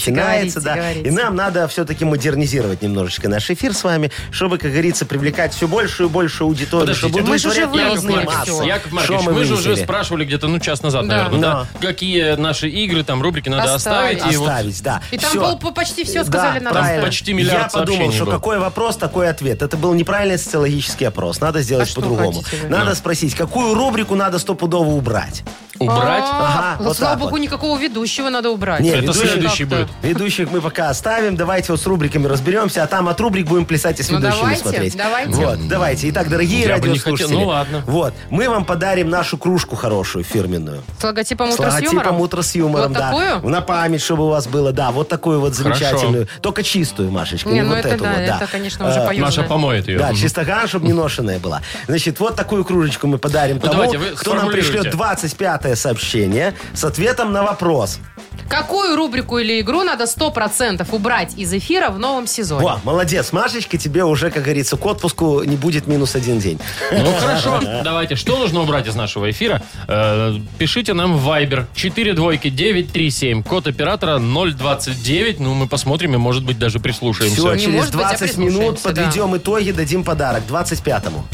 Speaker 3: говорите,
Speaker 4: начинается, да.
Speaker 3: говорите.
Speaker 4: И нам надо все-таки модернизировать немножечко наш эфир с вами, чтобы, как говорится, привлекать все большую и большую аудиторию,
Speaker 2: Подождите,
Speaker 4: чтобы
Speaker 2: мы
Speaker 3: же уже
Speaker 4: выбрали
Speaker 2: Яков
Speaker 3: вынесли
Speaker 4: разные
Speaker 2: Маркович,
Speaker 3: всё.
Speaker 4: массы.
Speaker 2: Яков
Speaker 4: Шо
Speaker 2: Маркович, мы, же уже
Speaker 4: вынесли?
Speaker 2: спрашивали где-то, ну, час назад,
Speaker 3: Да.
Speaker 2: наверное, да?
Speaker 4: Да.
Speaker 2: Какие наши игры, там, рубрики надо
Speaker 3: Оставить.
Speaker 2: оставить. и вот-
Speaker 4: Оставить, да.
Speaker 3: И там
Speaker 4: Всё.
Speaker 3: пол- по- почти всё сказали
Speaker 4: да,
Speaker 3: надо.
Speaker 4: правильно.
Speaker 2: Там почти миллиард
Speaker 4: Я подумал,
Speaker 2: сообщений
Speaker 4: что
Speaker 2: было.
Speaker 4: какой вопрос, такой ответ. Это был неправильный социологический опрос. Надо сделать
Speaker 3: А что
Speaker 4: по-другому.
Speaker 3: хотите вы?
Speaker 4: Надо спросить, какую рубрику надо стопудово убрать?
Speaker 2: Убрать?
Speaker 3: А,
Speaker 4: Ага,
Speaker 3: ну,
Speaker 4: вот
Speaker 3: Слава
Speaker 4: так
Speaker 3: богу,
Speaker 4: вот.
Speaker 3: никакого ведущего надо убрать.
Speaker 4: Не,
Speaker 2: Это
Speaker 4: ведущий
Speaker 2: следующий
Speaker 3: как-то.
Speaker 2: будет.
Speaker 4: Ведущих мы пока оставим. Давайте вот с рубриками разберемся, а там от рубрик будем плясать и с
Speaker 3: Ну,
Speaker 4: ведущими
Speaker 3: давайте,
Speaker 4: смотреть.
Speaker 3: давайте.
Speaker 4: Вот, давайте. Итак, дорогие
Speaker 2: Я бы не хотел
Speaker 4: бросили.
Speaker 2: ну ладно.
Speaker 4: Вот. Мы вам подарим нашу кружку хорошую, фирменную.
Speaker 3: С логотипом
Speaker 4: С
Speaker 3: «Утро с юмором»?
Speaker 4: логотипом «Утро с юмором»,
Speaker 3: Вот
Speaker 4: да.
Speaker 3: такую?
Speaker 4: На память, чтобы у вас было, да, вот такую вот
Speaker 2: Хорошо.
Speaker 4: замечательную. Только чистую, Машечка, не,
Speaker 3: Не, ну
Speaker 4: вот
Speaker 3: это
Speaker 4: эту
Speaker 3: да,
Speaker 4: вот, да.
Speaker 3: это, конечно, уже
Speaker 4: Э,
Speaker 3: поюзанное.
Speaker 2: Маша помоет ее.
Speaker 4: Да,
Speaker 2: Мгм.
Speaker 4: чистоган, чтобы не ношенная была. Значит, вот такую кружечку мы подарим
Speaker 3: Ну,
Speaker 4: тому,
Speaker 2: давайте, вы
Speaker 4: кто нам
Speaker 2: сформулируйте.
Speaker 4: пришлет 25 сообщение с ответом на вопрос.
Speaker 3: Какую рубрику или игру надо 100% убрать из эфира в новом сезоне?
Speaker 4: Во, молодец, Машечка, тебе уже, как говорится, к отпуску не будет минус один день.
Speaker 2: Ну хорошо, давайте. Что нужно убрать из нашего эфира? Э, Пишите нам в Viber 42937, код оператора 029. Ну, мы посмотрим и, может быть, даже
Speaker 4: Все,
Speaker 2: прислушаемся.
Speaker 3: Не
Speaker 4: через
Speaker 3: может быть, а
Speaker 4: 20 минут
Speaker 3: прислушаемся, да. Ну,
Speaker 4: подведем итоги, дадим подарок 25-му.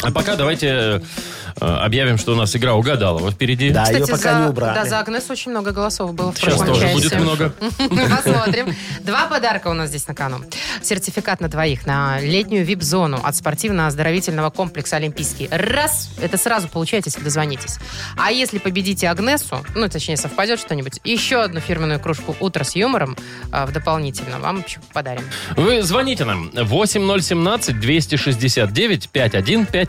Speaker 2: А пока давайте э, объявим, что у нас игра угадала. Вот впереди.
Speaker 4: Да, ее
Speaker 3: Кстати,
Speaker 4: а пока
Speaker 3: за,
Speaker 4: не убрали.
Speaker 3: Да, за Агнесу очень много голосов было в
Speaker 2: Сейчас
Speaker 3: прошлом
Speaker 2: тоже
Speaker 3: часе.
Speaker 2: будет много.
Speaker 3: Посмотрим. Два подарка у нас здесь на кону. Сертификат на двоих на летнюю вип-зону от спортивно-оздоровительного комплекса «Олимпийский». Раз. Это сразу получаете, если дозвонитесь. А если победите Агнесу, ну, точнее, совпадет что-нибудь, еще одну фирменную кружку «Утро с юмором» а, в дополнительно вам еще подарим.
Speaker 2: Вы звоните нам 8017 269 5151.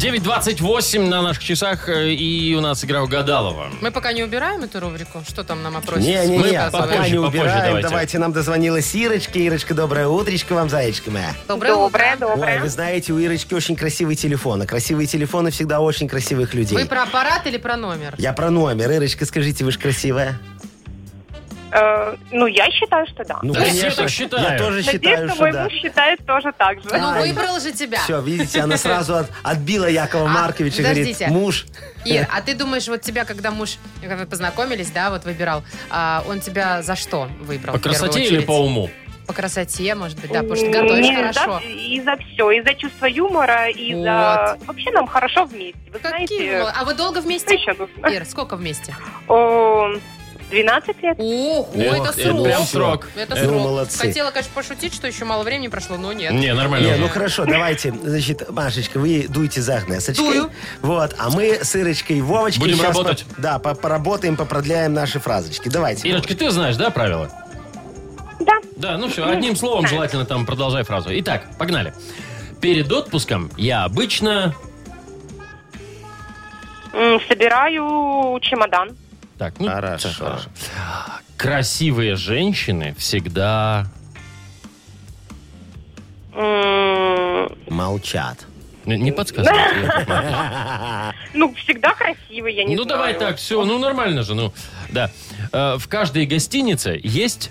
Speaker 2: 9.28 на наших часах, э, и у нас игра угадалова.
Speaker 3: Мы пока не убираем эту рубрику. Что там нам опросить?
Speaker 2: Мы
Speaker 4: Не-не-не,
Speaker 2: попозже,
Speaker 4: пока не
Speaker 2: попозже
Speaker 4: убираем.
Speaker 2: давайте.
Speaker 4: давайте. нам дозвонилась Ирочка. Ирочка, доброе утречко вам, зайчка моя.
Speaker 3: Доброе утро.
Speaker 4: Ой, вы знаете, у Ирочки очень красивый телефон. А красивые телефоны всегда очень красивых людей.
Speaker 3: Вы про аппарат или про номер?
Speaker 4: Я про номер. Ирочка, скажите, вы же красивая.
Speaker 8: Э, ну, я считаю, что да.
Speaker 4: Ну,
Speaker 2: Да все так
Speaker 4: Я
Speaker 2: считают.
Speaker 4: тоже считаю,
Speaker 8: Надеюсь, что
Speaker 4: Ну, что
Speaker 8: мой
Speaker 4: да.
Speaker 8: муж считает тоже так же.
Speaker 4: А,
Speaker 3: Ну, выбрал же тебя. А,
Speaker 4: Все, видите, она сразу от- отбила Якова Марковича. Говорит,
Speaker 3: подождите.
Speaker 4: муж,
Speaker 3: Ир, а ты думаешь, вот тебя, когда муж, когда вы познакомились, да, вот выбирал, а он тебя за что выбрал?
Speaker 2: По
Speaker 3: в первую
Speaker 2: красоте или
Speaker 3: очередь?
Speaker 2: по уму?
Speaker 3: По красоте, может быть, да, потому что ты готовишь
Speaker 8: Не,
Speaker 3: хорошо.
Speaker 8: да, и за все, и за чувство юмора, и за... Вообще нам хорошо вместе. Вы
Speaker 3: Какие?
Speaker 8: знаете,
Speaker 3: мол- А вы долго
Speaker 8: что
Speaker 3: вместе?
Speaker 8: еще нужно?
Speaker 3: Ир, сколько вместе?
Speaker 8: О, 12 лет.
Speaker 3: Ого, это
Speaker 2: Ох, Э, это прям
Speaker 3: срок.
Speaker 2: срок.
Speaker 3: Это
Speaker 4: Ну,
Speaker 3: срок.
Speaker 4: молодцы.
Speaker 3: Хотела, конечно, пошутить, что еще мало времени прошло, но нет.
Speaker 2: Не, нормально.
Speaker 4: Не, ну хорошо, давайте. Значит, Машечка, вы дуйте за Агнесочкой.
Speaker 3: Дую.
Speaker 4: Вот, а мы с Ирочкой и Вовочкой...
Speaker 2: Будем
Speaker 4: щас
Speaker 2: работать.
Speaker 4: по- да, по- поработаем, попродляем наши фразочки. Давайте.
Speaker 2: Ирочка, ты знаешь, да, правила?
Speaker 8: Да.
Speaker 2: Да, ну все, одним словом желательно там продолжай фразу. Итак, погнали. Перед отпуском я обычно...
Speaker 8: М, Собираю чемодан.
Speaker 2: Так, ну,
Speaker 4: Хорошо.
Speaker 2: так, Красивые женщины всегда...
Speaker 8: М,
Speaker 4: Молчат.
Speaker 2: Н- Не подсказывайте. Яков Маркович.
Speaker 8: Ну, всегда красивый, я не
Speaker 2: Ну
Speaker 8: знаю.
Speaker 2: давай так, все, ну нормально же, ну. Да. Э, В каждой гостинице есть...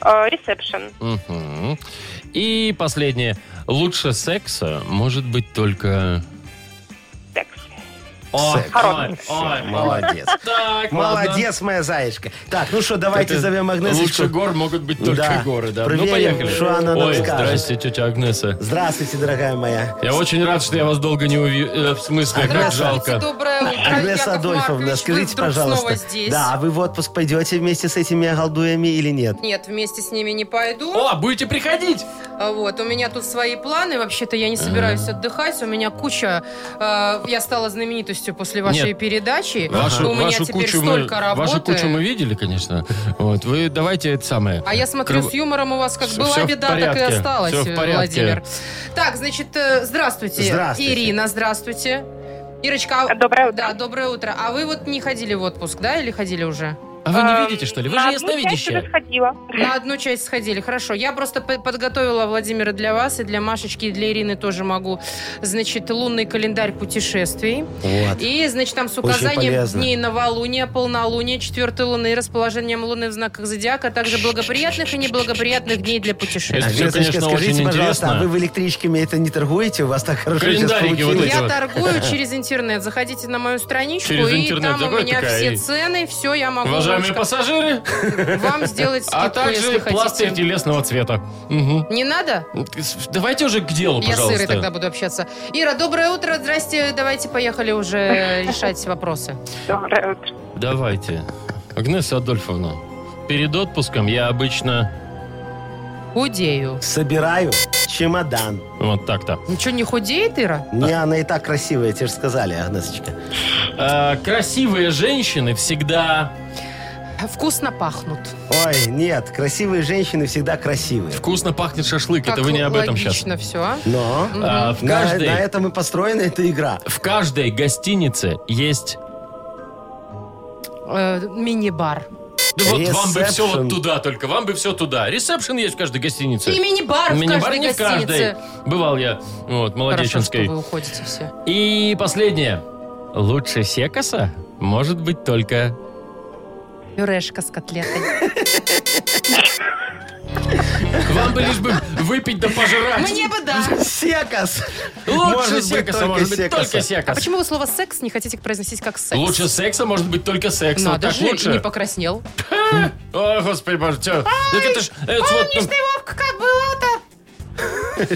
Speaker 8: Э, Ресепшн.
Speaker 2: Мгм. И последнее. Лучше секса может быть только...
Speaker 8: Секс.
Speaker 2: Ой,
Speaker 4: Секс.
Speaker 2: ой, ой,
Speaker 4: Молодец.
Speaker 2: Так, ладно.
Speaker 4: Молодец, моя заячка. Так, ну что, давайте
Speaker 2: Это
Speaker 4: зовем
Speaker 2: Лучше
Speaker 4: Агнесочку.
Speaker 2: гор могут быть только
Speaker 4: Да.
Speaker 2: горы, да. ну,
Speaker 4: Проверим,
Speaker 2: поехали.
Speaker 4: что она нам
Speaker 2: Ой,
Speaker 4: скажет.
Speaker 2: здрасте, тетя Агнеса.
Speaker 4: Здравствуйте, дорогая моя.
Speaker 2: Я очень рад, что я вас долго не увидел. в смысле, как
Speaker 4: Агнеса.
Speaker 2: жалко.
Speaker 3: Доброе утро, Яков
Speaker 4: А, Агнеса
Speaker 3: Маркович.
Speaker 4: Адольфовна,
Speaker 3: Вы
Speaker 4: скажите,
Speaker 3: вдруг
Speaker 4: пожалуйста.
Speaker 3: снова здесь?
Speaker 4: Да, а вы в отпуск пойдете вместе с этими голдуями или нет?
Speaker 3: Нет, вместе с ними не пойду.
Speaker 2: О, будете приходить?
Speaker 3: А Вот, у меня тут свои планы. Вообще-то я не собираюсь отдыхать. У меня куча... э, я стала знаменитостью после вашей
Speaker 2: Нет.
Speaker 3: передачи.
Speaker 2: Вашу,
Speaker 3: у меня
Speaker 2: вашу
Speaker 3: теперь
Speaker 2: кучу мы,
Speaker 3: столько работы.
Speaker 2: вашу кучу мы видели, конечно. Вот, вы давайте это самое.
Speaker 3: А я смотрю,
Speaker 2: Крыв-
Speaker 3: с юмором у вас как
Speaker 2: Всё-
Speaker 3: была
Speaker 2: всё в
Speaker 3: беда, так и
Speaker 2: порядке.
Speaker 3: осталась,
Speaker 2: Всё в
Speaker 3: э,
Speaker 2: порядке.
Speaker 3: Владимир. Так, значит, э, здравствуйте.
Speaker 4: Здравствуйте.
Speaker 3: Ирина, здравствуйте. Ирочка, а-
Speaker 8: Доброе утро.
Speaker 3: Да, доброе утро. А вы вот не ходили в отпуск, да, или ходили уже?
Speaker 2: А вы не
Speaker 8: Эм,
Speaker 2: видите, что ли? Вы
Speaker 8: на
Speaker 2: же
Speaker 8: одну часть уже
Speaker 2: ясновидящие.
Speaker 8: сходила.
Speaker 3: На одну часть сходили, хорошо. Я просто п- подготовила Владимира для вас, и для Машечки, и для Ирины тоже могу. Значит, лунный календарь путешествий.
Speaker 4: Вот.
Speaker 3: И, значит, там с
Speaker 4: Очень
Speaker 3: указанием
Speaker 4: полезно.
Speaker 3: дней новолуния, полнолуния, четвертой луны, расположением луны в знаках зодиака, а также благоприятных и неблагоприятных дней для
Speaker 2: Это
Speaker 3: путешествий.
Speaker 2: всё,
Speaker 4: Агнесочка,
Speaker 2: конечно,
Speaker 4: скажите,
Speaker 2: очень
Speaker 4: пожалуйста,
Speaker 2: интересно.
Speaker 4: а вы в электричками это не торгуете? У вас так хорошо сейчас
Speaker 2: Календарики вот
Speaker 4: получилось.
Speaker 2: эти
Speaker 3: Я
Speaker 2: вот.
Speaker 3: торгую через интернет. Заходите на мою страничку,
Speaker 2: Через
Speaker 3: и
Speaker 2: интернет
Speaker 3: там у
Speaker 2: заходит
Speaker 3: меня
Speaker 2: такая, и-
Speaker 3: все цены, все я могу
Speaker 2: Уважаемые
Speaker 3: Машка,
Speaker 2: пассажиры,
Speaker 3: вам сделать скидку,
Speaker 2: а
Speaker 3: если
Speaker 2: также пластырь
Speaker 3: хотите.
Speaker 2: телесного цвета. Мгм.
Speaker 3: Не надо?
Speaker 2: Давайте уже к делу,
Speaker 3: Я с Ирой тогда
Speaker 2: Ну, пожалуйста.
Speaker 3: буду общаться. Ира, доброе утро, здрасте, давайте поехали уже решать вопросы.
Speaker 8: Доброе утро.
Speaker 2: Давайте. Агнеса Адольфовна, перед отпуском я обычно...
Speaker 3: Худею.
Speaker 4: Собираю чемодан.
Speaker 2: Вот так-то.
Speaker 3: Ничего не худеет, Ира?
Speaker 4: Не,
Speaker 2: А.
Speaker 4: она и так красивая, тебе же сказали, Агнесочка.
Speaker 2: Э, красивые женщины всегда
Speaker 3: Вкусно пахнут.
Speaker 4: Ой, нет, красивые женщины всегда красивые.
Speaker 2: вкусно пахнет шашлык.
Speaker 3: Как
Speaker 2: Это вы не об этом сейчас.
Speaker 3: логично все.
Speaker 4: Но
Speaker 2: А, в
Speaker 4: на,
Speaker 2: каждой-
Speaker 4: на этом и построена эта игра.
Speaker 2: В каждой гостинице есть...
Speaker 3: Э, мини-бар.
Speaker 2: Да вот вам бы все
Speaker 4: Ресепшн.
Speaker 2: вот туда только, вам бы все туда. Ресепшн есть в каждой гостинице.
Speaker 3: И мини-бар в
Speaker 2: Мини-бар
Speaker 3: каждой
Speaker 2: не в каждой.
Speaker 3: гостинице.
Speaker 2: Бывал я, вот,
Speaker 3: Хорошо, что
Speaker 2: молодеченской.
Speaker 3: вы уходите все.
Speaker 2: И последнее. Лучше секаса может быть только...
Speaker 3: Пюрешка с котлетой.
Speaker 2: Вам бы лишь бы выпить да пожрать.
Speaker 3: Мне бы да.
Speaker 4: Секас!
Speaker 2: Лучше
Speaker 4: быть,
Speaker 2: секаса
Speaker 4: только
Speaker 2: может быть
Speaker 4: секаса.
Speaker 2: только секас.
Speaker 3: Почему вы слово секс не хотите произносить как секс?
Speaker 2: Лучше секса может быть только секс. Вот
Speaker 3: А Надо
Speaker 2: так
Speaker 3: же, и не
Speaker 2: лучше.
Speaker 3: покраснел.
Speaker 2: О, господи, боже, всё. Так это ж... это вот, ну,
Speaker 3: Вовка, как было-то?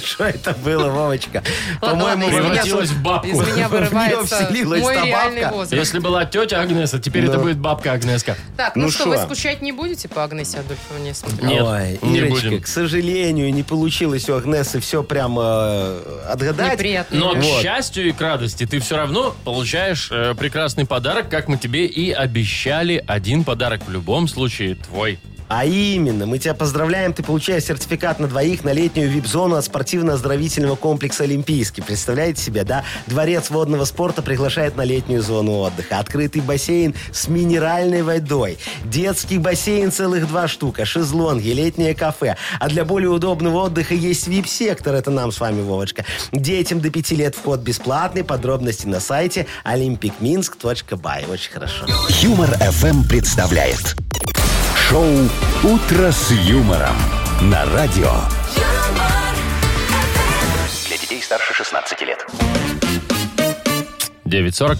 Speaker 4: Что это было, Вовочка?
Speaker 3: Ладно, ладно,
Speaker 4: По-моему,
Speaker 3: извиняюсь.
Speaker 2: превратилась в бабку.
Speaker 3: Из меня
Speaker 4: В неё
Speaker 3: вырывается
Speaker 4: вселилась
Speaker 3: мой
Speaker 4: та
Speaker 3: реальный
Speaker 4: бабка.
Speaker 3: возраст.
Speaker 2: Если была тетя Агнеса, теперь это
Speaker 4: Да.
Speaker 2: будет бабка Агнеска.
Speaker 3: Так, ну,
Speaker 4: Ну
Speaker 3: что, вы
Speaker 4: шо?
Speaker 3: скучать не будете по Агнесе Адольфовне? я смотрю?
Speaker 2: Нет,
Speaker 4: Ой,
Speaker 2: не
Speaker 4: Ирочка,
Speaker 2: будем.
Speaker 4: к сожалению, не получилось у Агнесы все прям э, отгадать.
Speaker 3: Неприятно.
Speaker 2: Но, к
Speaker 4: Вот.
Speaker 2: счастью и к радости, ты все равно получаешь э, прекрасный подарок, как мы тебе и обещали. Один подарок в любом случае твой.
Speaker 4: А именно, мы тебя поздравляем, ты получаешь сертификат на двоих на летнюю вип-зону от спортивно-оздоровительного комплекса «Олимпийский». Представляете себе, да? Дворец водного спорта приглашает на летнюю зону отдыха. Открытый бассейн с минеральной водой. Детский бассейн целых два штука. Шезлонги, летнее кафе. А для более удобного отдыха есть вип-сектор. Это нам с вами, Вовочка. Детям до пяти лет вход бесплатный. Подробности на сайте olympicminsk.by. Очень хорошо.
Speaker 1: Юмор FM представляет шоу Утро с юмором на радио.
Speaker 7: юмор,
Speaker 6: Для детей старше 16 лет.
Speaker 2: 9.40.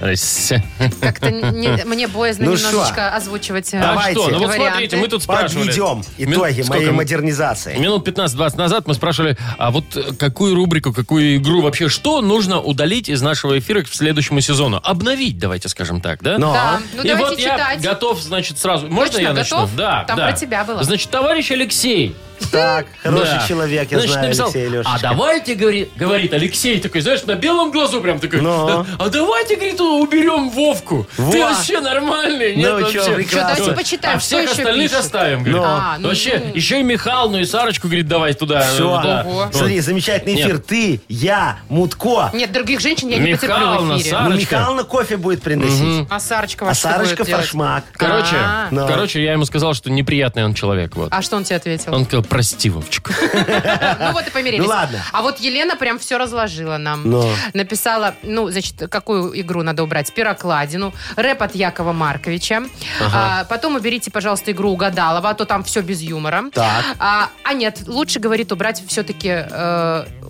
Speaker 2: Рас-
Speaker 3: Как-то не- мне боязно
Speaker 4: Ну
Speaker 3: немножечко озвучивать. э,
Speaker 2: А что? Ну вот
Speaker 3: Варианты.
Speaker 2: смотрите, мы тут спрашивали.
Speaker 4: Подведем
Speaker 2: Мин-
Speaker 4: итоги
Speaker 2: сколько
Speaker 4: моей
Speaker 2: мы-
Speaker 4: модернизации.
Speaker 2: Минут 15-20 назад мы спрашивали, а вот э, какую рубрику, какую игру вообще, что нужно удалить из нашего эфира к следующему сезону? Обновить, давайте скажем так, да?
Speaker 4: Но.
Speaker 3: Да, ну
Speaker 2: И
Speaker 3: давайте
Speaker 2: вот я
Speaker 3: читать.
Speaker 2: готов, значит, сразу. Можно
Speaker 3: Точно
Speaker 2: я начну?
Speaker 3: готов?
Speaker 2: Да,
Speaker 3: Там
Speaker 2: да.
Speaker 3: про тебя было.
Speaker 2: Значит, товарищ Алексей.
Speaker 4: Так, хороший
Speaker 2: Да.
Speaker 4: человек, я
Speaker 2: Значит,
Speaker 4: знаю,
Speaker 2: написал,
Speaker 4: Алексей Лешечка.
Speaker 2: А давайте, говорит, говорит Алексей такой, знаешь, на белом глазу прям такой.
Speaker 4: Но.
Speaker 2: А давайте, говорит, уберем Вовку. Ты
Speaker 4: Ну. Во.
Speaker 2: вообще нормальный.
Speaker 4: Ну,
Speaker 2: вообще.
Speaker 4: чё, прекрасно.
Speaker 3: Чё, давайте
Speaker 2: Вот.
Speaker 3: почитаем,
Speaker 2: а
Speaker 3: что
Speaker 2: всех
Speaker 3: ещё
Speaker 2: остальных
Speaker 3: пишет.
Speaker 2: оставим, говорит.
Speaker 4: Но.
Speaker 3: А, ну,
Speaker 2: Вообще, еще и Михалну и Сарочку, говорит, давай туда.
Speaker 4: Все,
Speaker 2: э, да.
Speaker 3: Ого.
Speaker 2: Вот.
Speaker 4: смотри, замечательный
Speaker 2: Нет.
Speaker 4: эфир. Ты, я, Мутко.
Speaker 3: Нет, других женщин я не потерплю в
Speaker 2: Михайловна,
Speaker 3: эфире.
Speaker 2: Сара-
Speaker 4: Ну,
Speaker 2: Сарочка.
Speaker 4: Михайловна кофе будет приносить.
Speaker 3: А Сарочка
Speaker 4: А
Speaker 3: ваша что
Speaker 4: Сарочка
Speaker 3: будет делать?
Speaker 4: фашмак.
Speaker 2: Короче,
Speaker 3: А.
Speaker 4: Но.
Speaker 2: короче, я ему сказал, что неприятный он человек. Вот.
Speaker 3: А что он тебе ответил?
Speaker 2: Он сказал, прости, Вовчик.
Speaker 3: Ну вот и помирились.
Speaker 4: Ну ладно.
Speaker 3: А вот Елена прям все разложила нам.
Speaker 4: Ну.
Speaker 3: Написала, ну, значит, какую игру надо убрать? Пирокладину, рэп от Якова Марковича. А, потом уберите, пожалуйста, игру Угадалова, а то там все без юмора.
Speaker 4: Так.
Speaker 3: А, а нет, лучше, говорит, убрать все-таки...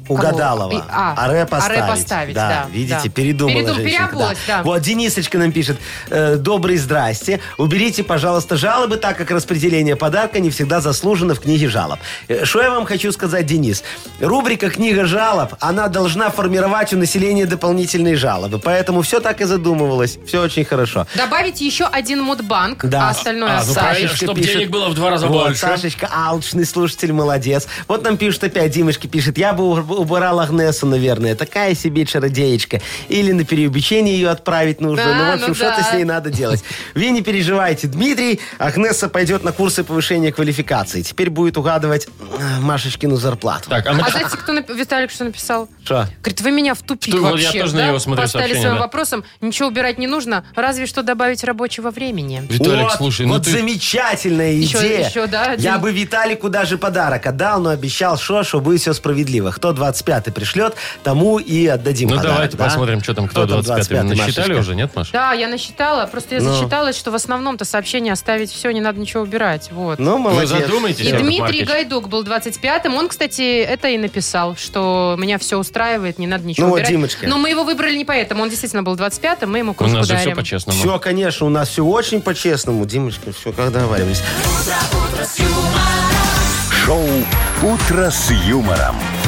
Speaker 4: Угадалова.
Speaker 3: А,
Speaker 4: а рэп оставить.
Speaker 3: оставить, да.
Speaker 4: Видите,
Speaker 3: да.
Speaker 4: передумала
Speaker 3: Передум-
Speaker 4: женщинка,
Speaker 3: переобулась, да.
Speaker 4: Вот Денисочка нам пишет. э, Добрый здрасте. Уберите, пожалуйста, жалобы, так как распределение подарка не всегда заслужено в книге жалоб. Э, Что я вам хочу сказать, Денис? Рубрика «Книга жалоб», она должна формировать у населения дополнительные жалобы. Поэтому все так и задумывалось. Все очень хорошо.
Speaker 3: Добавить еще один мудбанк,
Speaker 4: Да.
Speaker 3: а остальное
Speaker 2: А, ну,
Speaker 3: оставить.
Speaker 2: правильно, чтобы денег было в два раза
Speaker 4: Вот,
Speaker 2: больше.
Speaker 4: Сашечка, алчный слушатель, молодец. Вот нам пишут опять, Димочка пишет, я бы уб- убрал Агнесу, наверное. Такая себе чародеечка. Или на переубечение ее отправить нужно.
Speaker 3: Да,
Speaker 4: ну, в общем,
Speaker 3: ну
Speaker 4: что-то
Speaker 3: да.
Speaker 4: с ней надо делать. Вы не переживайте, Дмитрий. Агнеса пойдет на курсы повышения квалификации. Теперь будет угадывать э, Машечкину зарплату.
Speaker 2: Так, а мы-
Speaker 3: А знаете, кто нап- Виталик что написал?
Speaker 4: Что?
Speaker 3: Говорит, вы меня в тупик
Speaker 2: Что, вот
Speaker 3: вообще.
Speaker 2: я тоже на
Speaker 3: да,
Speaker 2: него смотрю
Speaker 3: Поставили
Speaker 2: сообщение,
Speaker 3: своим
Speaker 2: да.
Speaker 3: вопросом. Ничего убирать не нужно, разве что добавить рабочего времени.
Speaker 2: Виталик,
Speaker 4: вот,
Speaker 2: слушай, ну
Speaker 4: вот
Speaker 2: ты...
Speaker 4: замечательная
Speaker 3: Еще-
Speaker 4: идея.
Speaker 3: еще, да,
Speaker 4: Я
Speaker 3: один-
Speaker 4: бы Виталику даже подарок отдал, но обещал, что, что будет все справедливо. Кто 25-й пришлет, тому и отдадим
Speaker 2: Ну,
Speaker 4: подарок,
Speaker 2: давайте
Speaker 4: да?
Speaker 2: посмотрим, что там, кто, 25-й. Насчитали
Speaker 4: Машечка?
Speaker 2: уже, нет, Маша?
Speaker 3: Да, я насчитала. Просто я
Speaker 4: Ну.
Speaker 3: зачиталась, что в основном-то сообщение оставить все, не надо ничего убирать. Вот.
Speaker 4: Ну,
Speaker 2: Вы
Speaker 4: молодец.
Speaker 2: задумайтесь,
Speaker 3: И
Speaker 2: Яков
Speaker 3: Дмитрий
Speaker 2: Маркович.
Speaker 3: Гайдук был 25-м. Он, кстати, это и написал, что меня все устраивает, не надо ничего
Speaker 4: Ну вот,
Speaker 3: убирать.
Speaker 4: Димочка.
Speaker 3: Но мы его выбрали не поэтому. Он действительно был 25-м, мы ему
Speaker 2: У
Speaker 3: кружку
Speaker 2: нас же все
Speaker 3: дарим.
Speaker 2: по-честному.
Speaker 4: Все, конечно, у нас все очень по-честному. Димочка, все, как договаривались.
Speaker 1: Шоу Утро эм, с юмором.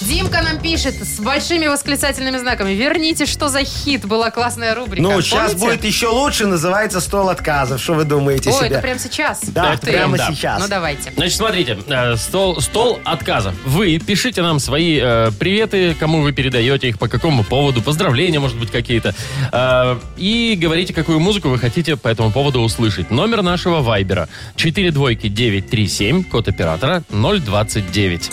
Speaker 3: Димка нам пишет с большими восклицательными знаками. Верните, что за хит. Была классная рубрика.
Speaker 4: Ну, сейчас
Speaker 3: Помните?
Speaker 4: будет еще лучше, называется «Стол отказов». Что вы думаете
Speaker 3: Ой,
Speaker 4: себе?
Speaker 3: это прям сейчас.
Speaker 4: Да,
Speaker 3: Ух ты.
Speaker 4: прямо
Speaker 2: да.
Speaker 4: сейчас.
Speaker 3: Ну, давайте.
Speaker 2: Значит, смотрите, э, стол, стол отказов. Вы пишите нам свои э, приветы, кому вы передаете их, по какому поводу, поздравления, может быть, какие-то. Э, и говорите, какую музыку вы хотите по этому поводу услышать. Номер нашего вайбера 4 двойки 937, код оператора 029.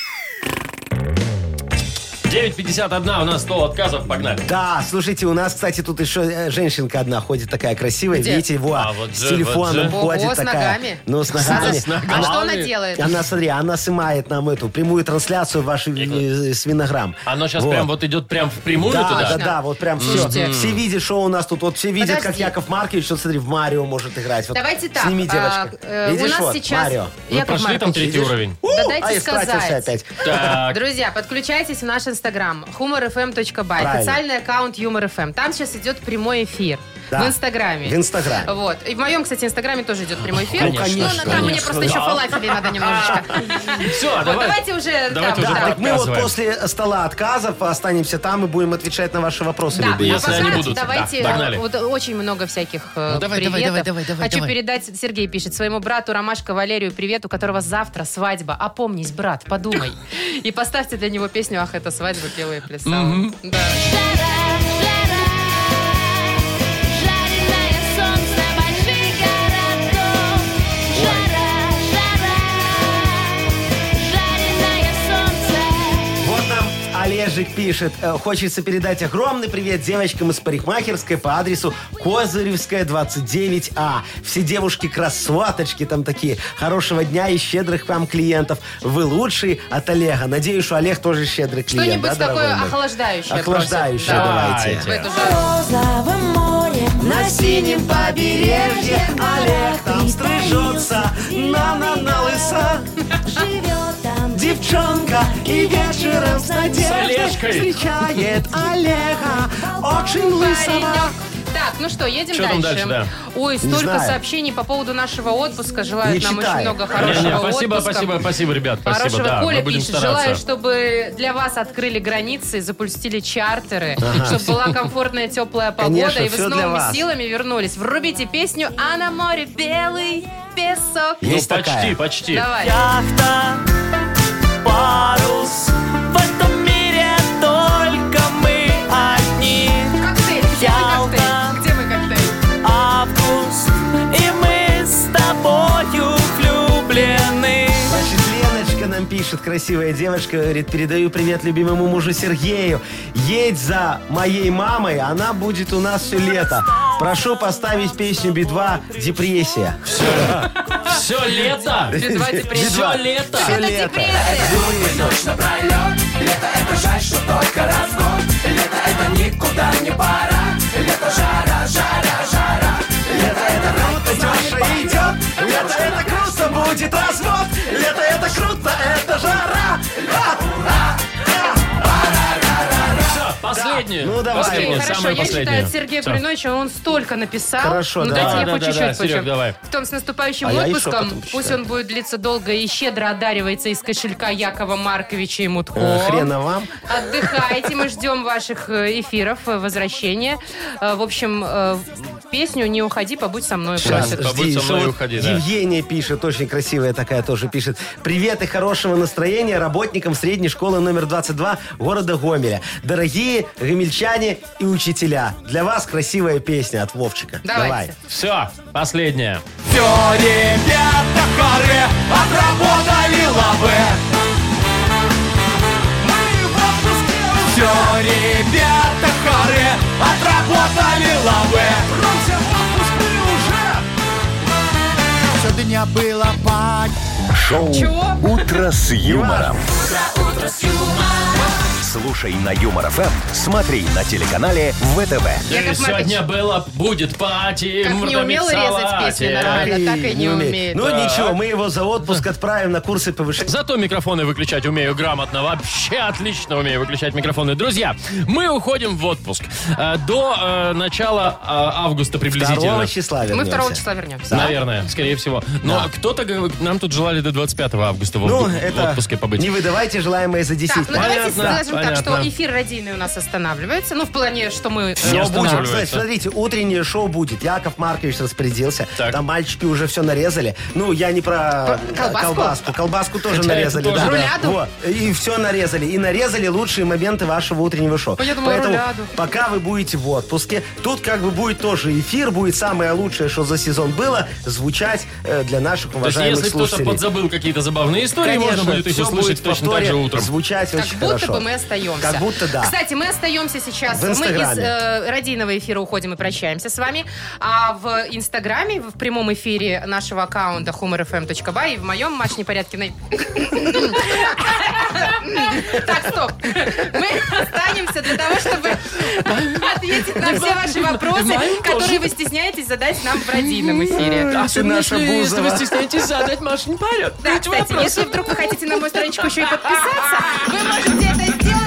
Speaker 2: 951 у нас стол отказов, погнали.
Speaker 4: Да, слушайте, у нас, кстати, тут еще э, женщинка одна ходит такая красивая,
Speaker 3: Где?
Speaker 4: видите, во,
Speaker 2: А, вот же,
Speaker 4: с телефоном
Speaker 2: вот
Speaker 3: же.
Speaker 4: ходит
Speaker 3: Ого, с
Speaker 4: такая.
Speaker 3: ногами?
Speaker 4: Ну, с ногами.
Speaker 2: С ногами.
Speaker 3: А
Speaker 2: Она-
Speaker 3: что она делает?
Speaker 4: Она, смотри, она снимает нам эту прямую трансляцию вашей э, с винограм.
Speaker 2: Оно сейчас
Speaker 4: Вот.
Speaker 2: прям вот идет прям впрямую
Speaker 4: Да,
Speaker 2: туда.
Speaker 4: да, да, вот прям все.
Speaker 3: Слушайте.
Speaker 4: Все видят, что у нас тут. Вот все видят, как
Speaker 3: Подожди.
Speaker 4: Яков Маркович, вот смотри, в Марио может играть. Вот
Speaker 3: Давайте так.
Speaker 4: Сними,
Speaker 3: а,
Speaker 4: девочка.
Speaker 3: э,
Speaker 4: Видишь,
Speaker 3: у нас
Speaker 4: вот,
Speaker 3: сейчас...
Speaker 4: Марио.
Speaker 2: Вы
Speaker 3: Яков
Speaker 2: прошли там
Speaker 3: Маркович,
Speaker 2: третий
Speaker 4: видишь?
Speaker 2: уровень?
Speaker 4: У,
Speaker 3: Да дайте
Speaker 4: а, истратился
Speaker 3: сказать.
Speaker 4: опять.
Speaker 2: Так.
Speaker 3: Друзья, подключайтесь в наш инстаграм humorfm.by,
Speaker 4: Правильно.
Speaker 3: официальный аккаунт humorfm. Там сейчас идет прямой эфир
Speaker 4: Да.
Speaker 3: в инстаграме.
Speaker 4: В Инстаграме.
Speaker 3: Вот. И в моем, кстати, инстаграме тоже идет прямой эфир.
Speaker 2: Ну, конечно,
Speaker 3: Но там мне
Speaker 2: конечно,
Speaker 3: просто
Speaker 2: да.
Speaker 3: еще фалафелей надо немножечко.
Speaker 2: Все,
Speaker 3: Вот, давайте уже...
Speaker 2: А, Давайте
Speaker 3: да,
Speaker 2: уже
Speaker 3: да.
Speaker 4: Так мы вот
Speaker 2: Отказываем.
Speaker 4: после стола отказов останемся там и будем отвечать на ваши вопросы,
Speaker 3: Да,
Speaker 4: любые.
Speaker 3: а
Speaker 2: Если
Speaker 3: пока
Speaker 2: они будут.
Speaker 3: давайте
Speaker 2: Да, погнали.
Speaker 3: э, вот очень много всяких э,
Speaker 2: Ну, давай,
Speaker 3: приветов.
Speaker 2: давай, давай, давай,
Speaker 3: Хочу
Speaker 2: давай.
Speaker 3: передать, Сергей пишет, своему брату Ромашка Валерию привет, у которого завтра свадьба. Опомнись, брат, подумай. И поставьте для него песню «Ах, это свадьба, пела и плясала». Да.
Speaker 7: Жара, жара, жареное солнце больших городов. Жара, жара, жареное солнце.
Speaker 4: Вот нам Олежик пишет. э, Хочется передать огромный привет девочкам из парикмахерской по адресу Козыревская, 29А. Все девушки-красоточки там такие. Хорошего дня и щедрых вам клиентов. Вы лучшие от Олега. Надеюсь, что Олег тоже щедрый клиент.
Speaker 3: Что-нибудь
Speaker 4: да, дорогой
Speaker 3: такое
Speaker 4: мой?
Speaker 3: охлаждающее.
Speaker 4: Охлаждающее
Speaker 3: просим. Да.
Speaker 4: давайте.
Speaker 3: В эту же-
Speaker 7: Розовом море
Speaker 4: На синем побережье Олег там стрижется На-на-на лыса
Speaker 7: живет там
Speaker 4: девчонка И вечером с надеждой
Speaker 2: Олежкой.
Speaker 4: встречает Олега Очень лысого
Speaker 3: Паренек. Так, ну что, едем
Speaker 2: Чё там
Speaker 3: дальше.
Speaker 2: дальше,
Speaker 3: Ой, столько
Speaker 4: знаю.
Speaker 3: сообщений по поводу нашего отпуска. Желают
Speaker 4: Не
Speaker 3: нам
Speaker 4: читаю.
Speaker 3: очень много
Speaker 4: Не-не,
Speaker 3: хорошего
Speaker 2: Не-не, спасибо,
Speaker 3: отпуска.
Speaker 2: спасибо, спасибо, ребят, спасибо.
Speaker 3: Хорошего
Speaker 2: да,
Speaker 3: Коля
Speaker 2: мы будем
Speaker 3: пишет.
Speaker 2: стараться.
Speaker 3: Желаю, чтобы для вас открыли границы, запустили чартеры, чтобы была комфортная теплая погода,
Speaker 4: Конечно,
Speaker 3: и вы
Speaker 4: всё
Speaker 3: с
Speaker 4: для
Speaker 3: новыми
Speaker 4: вас.
Speaker 3: силами вернулись. Врубите песню «А на море белый песок».
Speaker 2: Ну,
Speaker 4: Есть
Speaker 2: почти,
Speaker 4: такая.
Speaker 2: почти.
Speaker 3: Давай.
Speaker 9: Яхта, парус, в этом мире только мы одни.
Speaker 3: Коктейль, где мы коктейль? Где мы коктейль?
Speaker 9: Август, и мы с тобою влюблены.
Speaker 4: Значит, Леночка нам пишет, красивая девочка, говорит, передаю привет любимому мужу Сергею. Едь за моей мамой, она будет у нас все лето. Прошу поставить песню Би-2 «Депрессия».
Speaker 2: Все лето!
Speaker 3: Би два депрессия.
Speaker 2: Все лето!
Speaker 4: Всё
Speaker 3: Это
Speaker 4: лето.
Speaker 3: депрессия.
Speaker 4: Круто, Даша, идет. Лето это круто, будет развод. Лето это круто, это жара.
Speaker 2: Всё, последнюю.
Speaker 4: Ну, давай.
Speaker 3: Окей,
Speaker 2: Последнюю,
Speaker 3: хорошо,
Speaker 2: самую
Speaker 3: я считаю,
Speaker 2: последнюю.
Speaker 3: Сергей
Speaker 2: Всё.
Speaker 3: Принович, он столько написал.
Speaker 4: Хорошо,
Speaker 3: ну,
Speaker 4: да.
Speaker 3: дайте
Speaker 2: Да,
Speaker 3: я
Speaker 2: да,
Speaker 3: хоть
Speaker 2: да,
Speaker 3: чуть-чуть
Speaker 2: да, Серег,
Speaker 3: почему.
Speaker 2: давай.
Speaker 3: В том, с наступающим
Speaker 4: А я еще
Speaker 3: отпуском.
Speaker 4: потом почитаю.
Speaker 3: Пусть он будет длиться долго и щедро одаривается из кошелька Якова Марковича и Мутко.
Speaker 4: Э, Хрена вам.
Speaker 3: Отдыхайте, мы ждем ваших э, эфиров, э, возвращения. Э, В общем, э, песню «Не уходи, побудь со мной»
Speaker 4: Сейчас,
Speaker 3: просит.
Speaker 2: Побудь со
Speaker 4: жди,
Speaker 2: мной
Speaker 4: еще
Speaker 2: и
Speaker 4: вот
Speaker 2: уходи, да.
Speaker 4: Евгения пишет, очень красивая такая тоже пишет. Привет и хорошего настроения работникам средней школы номер 22 города Гомеля. Дорогие гомельчане и учителя, для вас красивая песня от Вовчика.
Speaker 3: Давайте.
Speaker 4: Давай.
Speaker 2: Все, последняя.
Speaker 9: Все, ребята, хоры, отработали лавы. Все, ребята, хоры, отработали лавы. Все дня было пак.
Speaker 1: Шоу
Speaker 3: Чего?
Speaker 1: «Утро с юмором». Слушай на Юмор ФМ, смотри на телеканале ВТВ.
Speaker 3: Яков Маркович.
Speaker 2: Э, Сегодня было, будет пати,
Speaker 3: Как не умел резать песни нормально, А, так и не умеет.
Speaker 4: Ну ничего, мы его за отпуск отправим на курсы повышения.
Speaker 2: Зато микрофоны выключать умею грамотно. Вообще отлично умею выключать микрофоны. Друзья, мы уходим в отпуск. Э, До э, начала э, августа приблизительно.
Speaker 4: 2 числа
Speaker 3: Мы
Speaker 4: вернемся.
Speaker 3: 2 числа вернемся.
Speaker 2: Наверное, скорее всего. Но
Speaker 4: Да.
Speaker 2: кто-то говорит, нам тут желали до 25 августа в,
Speaker 4: Ну,
Speaker 2: отпу- в
Speaker 4: это
Speaker 2: отпуске побыть.
Speaker 4: не выдавайте желаемое за
Speaker 3: Так,
Speaker 4: 10.
Speaker 3: ну давайте
Speaker 2: Понятно,
Speaker 3: скажем так, что
Speaker 2: понятно.
Speaker 3: эфир радийный у нас останавливается. Ну, в плане, что мы... э,
Speaker 2: Не
Speaker 4: Шоу будет.
Speaker 2: останавливается.
Speaker 4: Кстати, смотрите, утреннее шоу будет. Яков Маркович распорядился.
Speaker 2: Так.
Speaker 4: Там мальчики уже все нарезали. Ну, я не про
Speaker 3: Про
Speaker 4: э,
Speaker 3: колбаску?
Speaker 4: колбаску. Колбаску тоже
Speaker 2: Хотя это
Speaker 4: нарезали.
Speaker 2: тоже,
Speaker 4: да.
Speaker 2: да.
Speaker 3: Руляду?
Speaker 4: Вот. И все нарезали. И нарезали лучшие моменты вашего утреннего шоу.
Speaker 3: Ой, я думала,
Speaker 4: Поэтому
Speaker 3: руляду.
Speaker 4: пока вы будете в отпуске, тут как бы будет тоже эфир, будет самое лучшее, что за сезон было, звучать э, для наших
Speaker 2: То есть,
Speaker 4: уважаемых
Speaker 2: если кто-то
Speaker 4: слушателей.
Speaker 2: подзабыл какие-то забавные истории,
Speaker 4: Конечно,
Speaker 2: можно будет их
Speaker 4: всё
Speaker 2: услышать
Speaker 4: будет в
Speaker 2: точно так
Speaker 4: повторе
Speaker 2: же утром.
Speaker 4: Звучать
Speaker 3: Как
Speaker 4: очень
Speaker 3: будто
Speaker 4: хорошо.
Speaker 3: бы мы остаемся.
Speaker 4: Как будто да.
Speaker 3: Кстати, мы остаемся сейчас.
Speaker 4: В
Speaker 3: Мы из
Speaker 4: Инстаграме.
Speaker 3: э, радийного эфира уходим и прощаемся с вами. А в Инстаграме, в прямом эфире нашего аккаунта humorfm.by и в моем Маш Непорядкиной... Так, стоп. Мы останемся для того, чтобы ответить на все ваши вопросы, которые вы стесняетесь задать нам в радийном эфире.
Speaker 2: Особенно,
Speaker 4: А наша
Speaker 2: Ну, если, если вы
Speaker 4: Бузова.
Speaker 2: стесняетесь задать Машин порядок.
Speaker 3: Да, кстати, если вдруг вы хотите на мою страничку еще и подписаться, вы можете это сделать А,